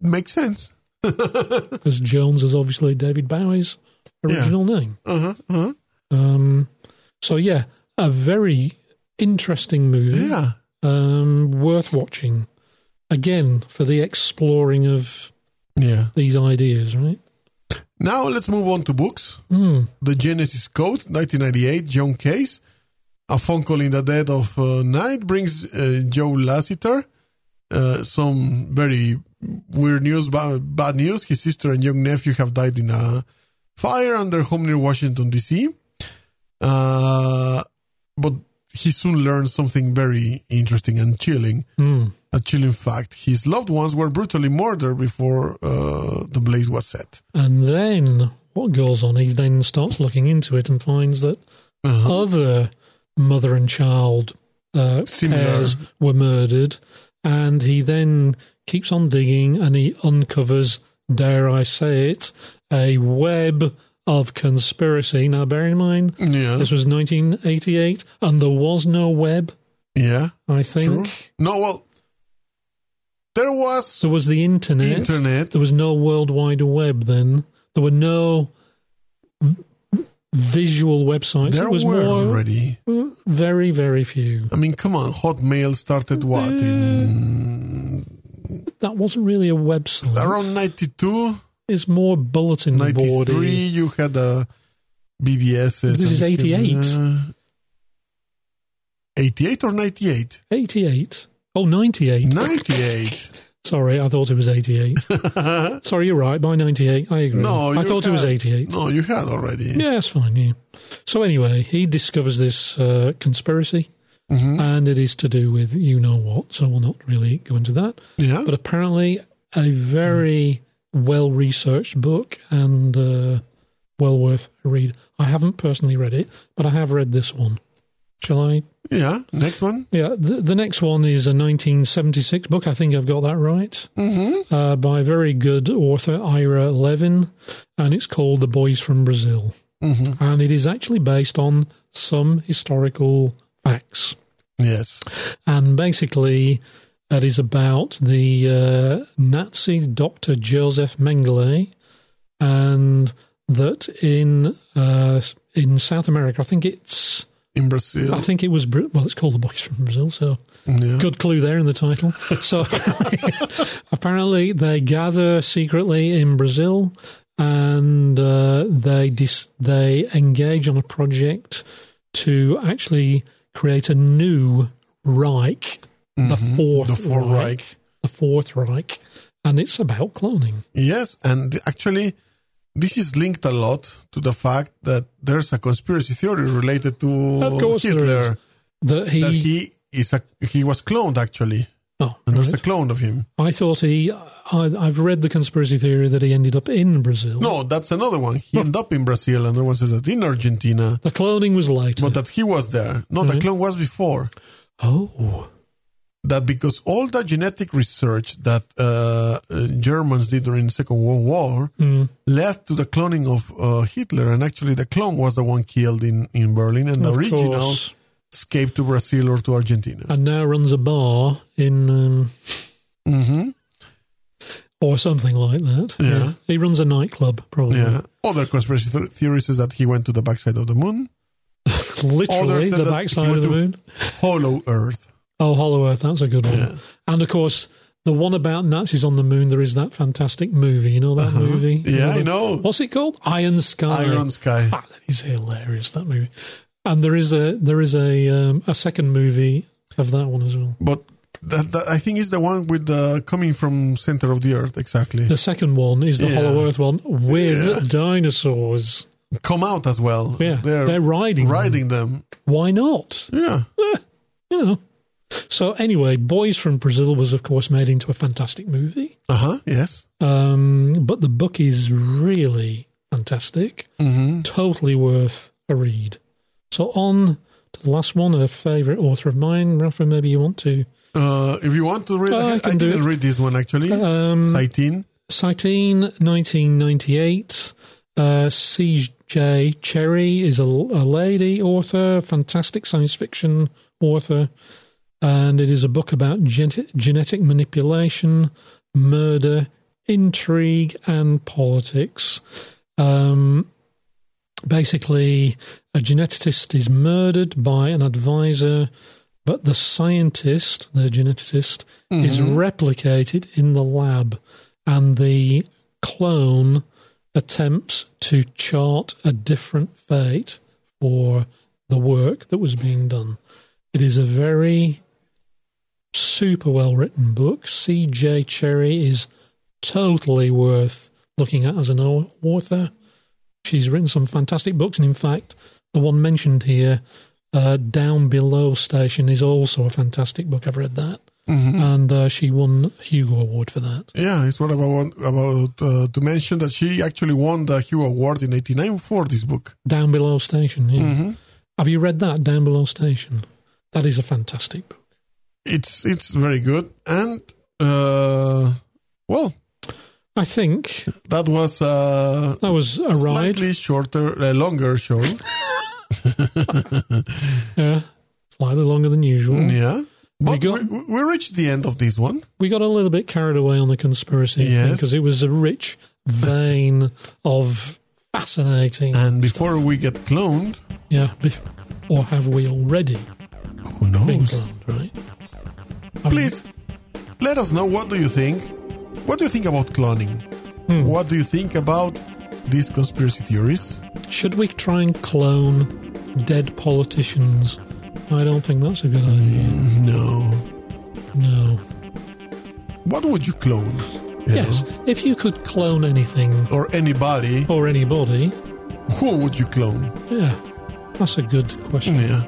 [SPEAKER 1] makes sense.
[SPEAKER 2] Because Jones is obviously David Bowie's original name.
[SPEAKER 1] Uh huh. Uh-huh.
[SPEAKER 2] Um, so, yeah, a very interesting movie.
[SPEAKER 1] Yeah,
[SPEAKER 2] um, worth watching again for the exploring of
[SPEAKER 1] yeah.
[SPEAKER 2] these ideas, right?
[SPEAKER 1] Now let's move on to books.
[SPEAKER 2] Mm.
[SPEAKER 1] The Genesis Code, 1998, John Case. A phone call in the dead of uh, night brings uh, Joe Lassiter uh, some very weird news, ba- bad news. His sister and young nephew have died in a fire on their home near Washington, D.C. Uh, but he soon learns something very interesting and chilling.
[SPEAKER 2] hmm.
[SPEAKER 1] A chilling fact his loved ones were brutally murdered before uh, the blaze was set.
[SPEAKER 2] And then what goes on? He then starts looking into it and finds that
[SPEAKER 1] Uh-huh.
[SPEAKER 2] other mother and child uh,
[SPEAKER 1] Similar.
[SPEAKER 2] pairs were murdered, and he then keeps on digging and he uncovers, dare I say it, a web of conspiracy. Now, bear in mind.
[SPEAKER 1] Yeah.
[SPEAKER 2] This was 1988, and there was no web.
[SPEAKER 1] Yeah.
[SPEAKER 2] I think
[SPEAKER 1] No, well, there was
[SPEAKER 2] There was the internet.
[SPEAKER 1] internet.
[SPEAKER 2] There was no World Wide Web then. There were no v- visual websites.
[SPEAKER 1] there
[SPEAKER 2] it was
[SPEAKER 1] were
[SPEAKER 2] more
[SPEAKER 1] already.
[SPEAKER 2] very, very few.
[SPEAKER 1] I mean, come on, Hotmail started what
[SPEAKER 2] Mm.
[SPEAKER 1] in
[SPEAKER 2] That wasn't really a website.
[SPEAKER 1] around 92,
[SPEAKER 2] it's more bulletin
[SPEAKER 1] 93.
[SPEAKER 2] boardy.
[SPEAKER 1] You had a BBS.
[SPEAKER 2] This is 88.
[SPEAKER 1] 88 uh, or 98?
[SPEAKER 2] 88. Oh, 98.
[SPEAKER 1] 98.
[SPEAKER 2] Sorry, I thought it was 88. Sorry, you're right. By 98, I agree.
[SPEAKER 1] No,
[SPEAKER 2] I
[SPEAKER 1] you
[SPEAKER 2] thought it was
[SPEAKER 1] had-
[SPEAKER 2] 88.
[SPEAKER 1] No, you had already.
[SPEAKER 2] Yeah, that's fine. Yeah. So anyway, he discovers this uh, conspiracy,
[SPEAKER 1] Mm-hmm.
[SPEAKER 2] and it is to do with you know what. So we'll not really go into that.
[SPEAKER 1] Yeah.
[SPEAKER 2] But apparently, a very well researched book and uh, well worth a read. I haven't personally read it, but I have read this one. Shall I?
[SPEAKER 1] yeah. Next one.
[SPEAKER 2] Yeah. The, the next one is a 1976 book. I think I've got that right
[SPEAKER 1] Mm-hmm.
[SPEAKER 2] uh, by very good author Ira Levin, and it's called The Boys from Brazil.
[SPEAKER 1] Mm-hmm.
[SPEAKER 2] And it is actually based on some historical facts.
[SPEAKER 1] Yes.
[SPEAKER 2] And basically, that is about the uh, Nazi doctor Joseph Mengele, and that in uh, in South America, I think it's
[SPEAKER 1] In
[SPEAKER 2] I
[SPEAKER 1] Brazil.
[SPEAKER 2] think it was Bra- well, it's called The Boys from Brazil, so
[SPEAKER 1] Yeah.
[SPEAKER 2] Good clue there in the title. So apparently, they gather secretly in Brazil and uh, they dis- they engage on a project to actually create a new Reich, the fourth
[SPEAKER 1] Mm-hmm. The Fourth
[SPEAKER 2] Reich,
[SPEAKER 1] Reich.
[SPEAKER 2] the fourth Reich, and it's about cloning.
[SPEAKER 1] Yes, and th- actually, this is linked a lot to the fact that there's a conspiracy theory related to
[SPEAKER 2] Of course there
[SPEAKER 1] Hitler
[SPEAKER 2] is. That he,
[SPEAKER 1] that he is a he was cloned actually,
[SPEAKER 2] oh,
[SPEAKER 1] and there's a
[SPEAKER 2] right.
[SPEAKER 1] clone of him.
[SPEAKER 2] I thought he. I, I've read the conspiracy theory that he ended up in Brazil.
[SPEAKER 1] No, that's another one. He ended up in Brazil, and there was that in Argentina,
[SPEAKER 2] The cloning was later.
[SPEAKER 1] but that he was there. No,
[SPEAKER 2] Mm-hmm.
[SPEAKER 1] the clone was before.
[SPEAKER 2] oh,
[SPEAKER 1] That because all the genetic research that uh, uh, Germans did during the Second World War
[SPEAKER 2] Mm.
[SPEAKER 1] led to the cloning of uh, Hitler, and actually the clone was the one killed in, in Berlin, and the
[SPEAKER 2] of
[SPEAKER 1] original
[SPEAKER 2] course.
[SPEAKER 1] escape to Brazil or to Argentina.
[SPEAKER 2] and now runs a bar in um,
[SPEAKER 1] Mm-hmm.
[SPEAKER 2] or something like that.
[SPEAKER 1] Yeah.
[SPEAKER 2] he runs a nightclub probably.
[SPEAKER 1] Yeah. Other conspiracy th- theories is that he went to the backside of the moon,
[SPEAKER 2] literally
[SPEAKER 1] Others said
[SPEAKER 2] the
[SPEAKER 1] that he
[SPEAKER 2] backside
[SPEAKER 1] went
[SPEAKER 2] of the
[SPEAKER 1] to-
[SPEAKER 2] moon.
[SPEAKER 1] Hollow Earth.
[SPEAKER 2] Oh, Hollow Earth, that's a good one.
[SPEAKER 1] Yeah.
[SPEAKER 2] And of course, the one about Nazis on the moon. There is that fantastic movie. You know that movie? You
[SPEAKER 1] Uh-huh. Yeah,
[SPEAKER 2] the-
[SPEAKER 1] I know.
[SPEAKER 2] What's it called? Iron Sky.
[SPEAKER 1] Iron Sky.
[SPEAKER 2] Ah, that is hilarious. That movie. And there is a there is a um, a second movie of that one as well.
[SPEAKER 1] But that, that I think is the one with the coming from center of the Earth exactly.
[SPEAKER 2] The second one is the
[SPEAKER 1] Yeah.
[SPEAKER 2] Hollow Earth one with
[SPEAKER 1] Yeah.
[SPEAKER 2] dinosaurs.
[SPEAKER 1] Come out as well.
[SPEAKER 2] Yeah,
[SPEAKER 1] They're,
[SPEAKER 2] they're riding. them.
[SPEAKER 1] riding them.
[SPEAKER 2] Why not?
[SPEAKER 1] Yeah.
[SPEAKER 2] you know. So anyway, Boys from Brazil was of course made into a fantastic movie,
[SPEAKER 1] Uh huh. Yes.
[SPEAKER 2] um, but the book is really fantastic,
[SPEAKER 1] Mm-hmm.
[SPEAKER 2] totally worth a read. So on to the last one, a favourite author of mine, Rafa. Maybe you want to
[SPEAKER 1] Uh, if you want to read,
[SPEAKER 2] Oh, I
[SPEAKER 1] I,
[SPEAKER 2] can do
[SPEAKER 1] didn't
[SPEAKER 2] it.
[SPEAKER 1] read this one actually.
[SPEAKER 2] um,
[SPEAKER 1] Saitin.
[SPEAKER 2] Citeen, nineteen ninety eight. Uh, C.J. Cherry is a, a lady author, fantastic science fiction author, and it is a book about gen- genetic manipulation, murder, intrigue, and politics. Um, basically, a geneticist is murdered by an advisor, but the scientist, the geneticist, is replicated in the lab, and the clone attempts to chart a different fate for the work that was being done. It is a very super well written book. C.J. Cherry is totally worth looking at as an au- author. She's written some fantastic books, and in fact, the one mentioned here, uh, Down Below Station, is also a fantastic book. I've read that,
[SPEAKER 1] mm-hmm. Mm.
[SPEAKER 2] and uh, she won Hugo Award for that.
[SPEAKER 1] Yeah, it's what I want about uh, to mention that she actually won the Hugo Award in '89 for this book.
[SPEAKER 2] Down Below Station. Yeah.
[SPEAKER 1] Mm-hmm.
[SPEAKER 2] Have you read that? Down Below Station. That is a fantastic book.
[SPEAKER 1] It's it's very good, and uh, well,
[SPEAKER 2] I think
[SPEAKER 1] that was a
[SPEAKER 2] that was a ride.
[SPEAKER 1] slightly shorter, uh, longer show.
[SPEAKER 2] Yeah, slightly longer than usual.
[SPEAKER 1] yeah, but we,
[SPEAKER 2] got-
[SPEAKER 1] we, reached the end of this one.
[SPEAKER 2] We got a little bit carried away on the conspiracy
[SPEAKER 1] Yes.
[SPEAKER 2] because it was a rich vein of fascinating.
[SPEAKER 1] And before we get cloned,
[SPEAKER 2] Yeah, be- or have we already
[SPEAKER 1] who
[SPEAKER 2] been
[SPEAKER 1] knows?
[SPEAKER 2] planned, right? I mean,
[SPEAKER 1] Please let us know what do you think. What do you think about cloning?
[SPEAKER 2] Hmm.
[SPEAKER 1] What do you think about these conspiracy theories?
[SPEAKER 2] should we try and clone dead politicians? I don't think that's a good idea.
[SPEAKER 1] No.
[SPEAKER 2] No.
[SPEAKER 1] what would you clone? You
[SPEAKER 2] Yes,
[SPEAKER 1] know?
[SPEAKER 2] if you could clone anything
[SPEAKER 1] Or anybody,
[SPEAKER 2] or anybody,
[SPEAKER 1] who would you clone?
[SPEAKER 2] yeah, that's a good question.
[SPEAKER 1] Yeah.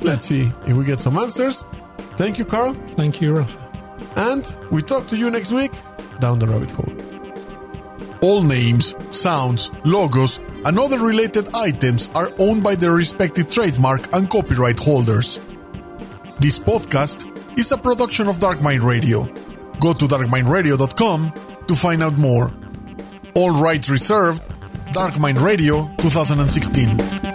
[SPEAKER 1] Let's see if we get some answers. Thank you, Carl.
[SPEAKER 2] Thank you, Rafa.
[SPEAKER 1] And we talk to you next week down the rabbit hole. All names, sounds, logos, and other related items are owned by their respective trademark and copyright holders. This podcast is a production of Dark Mind Radio. Go to darkmindradio.com to find out more. All rights reserved. Dark Mind Radio 2016.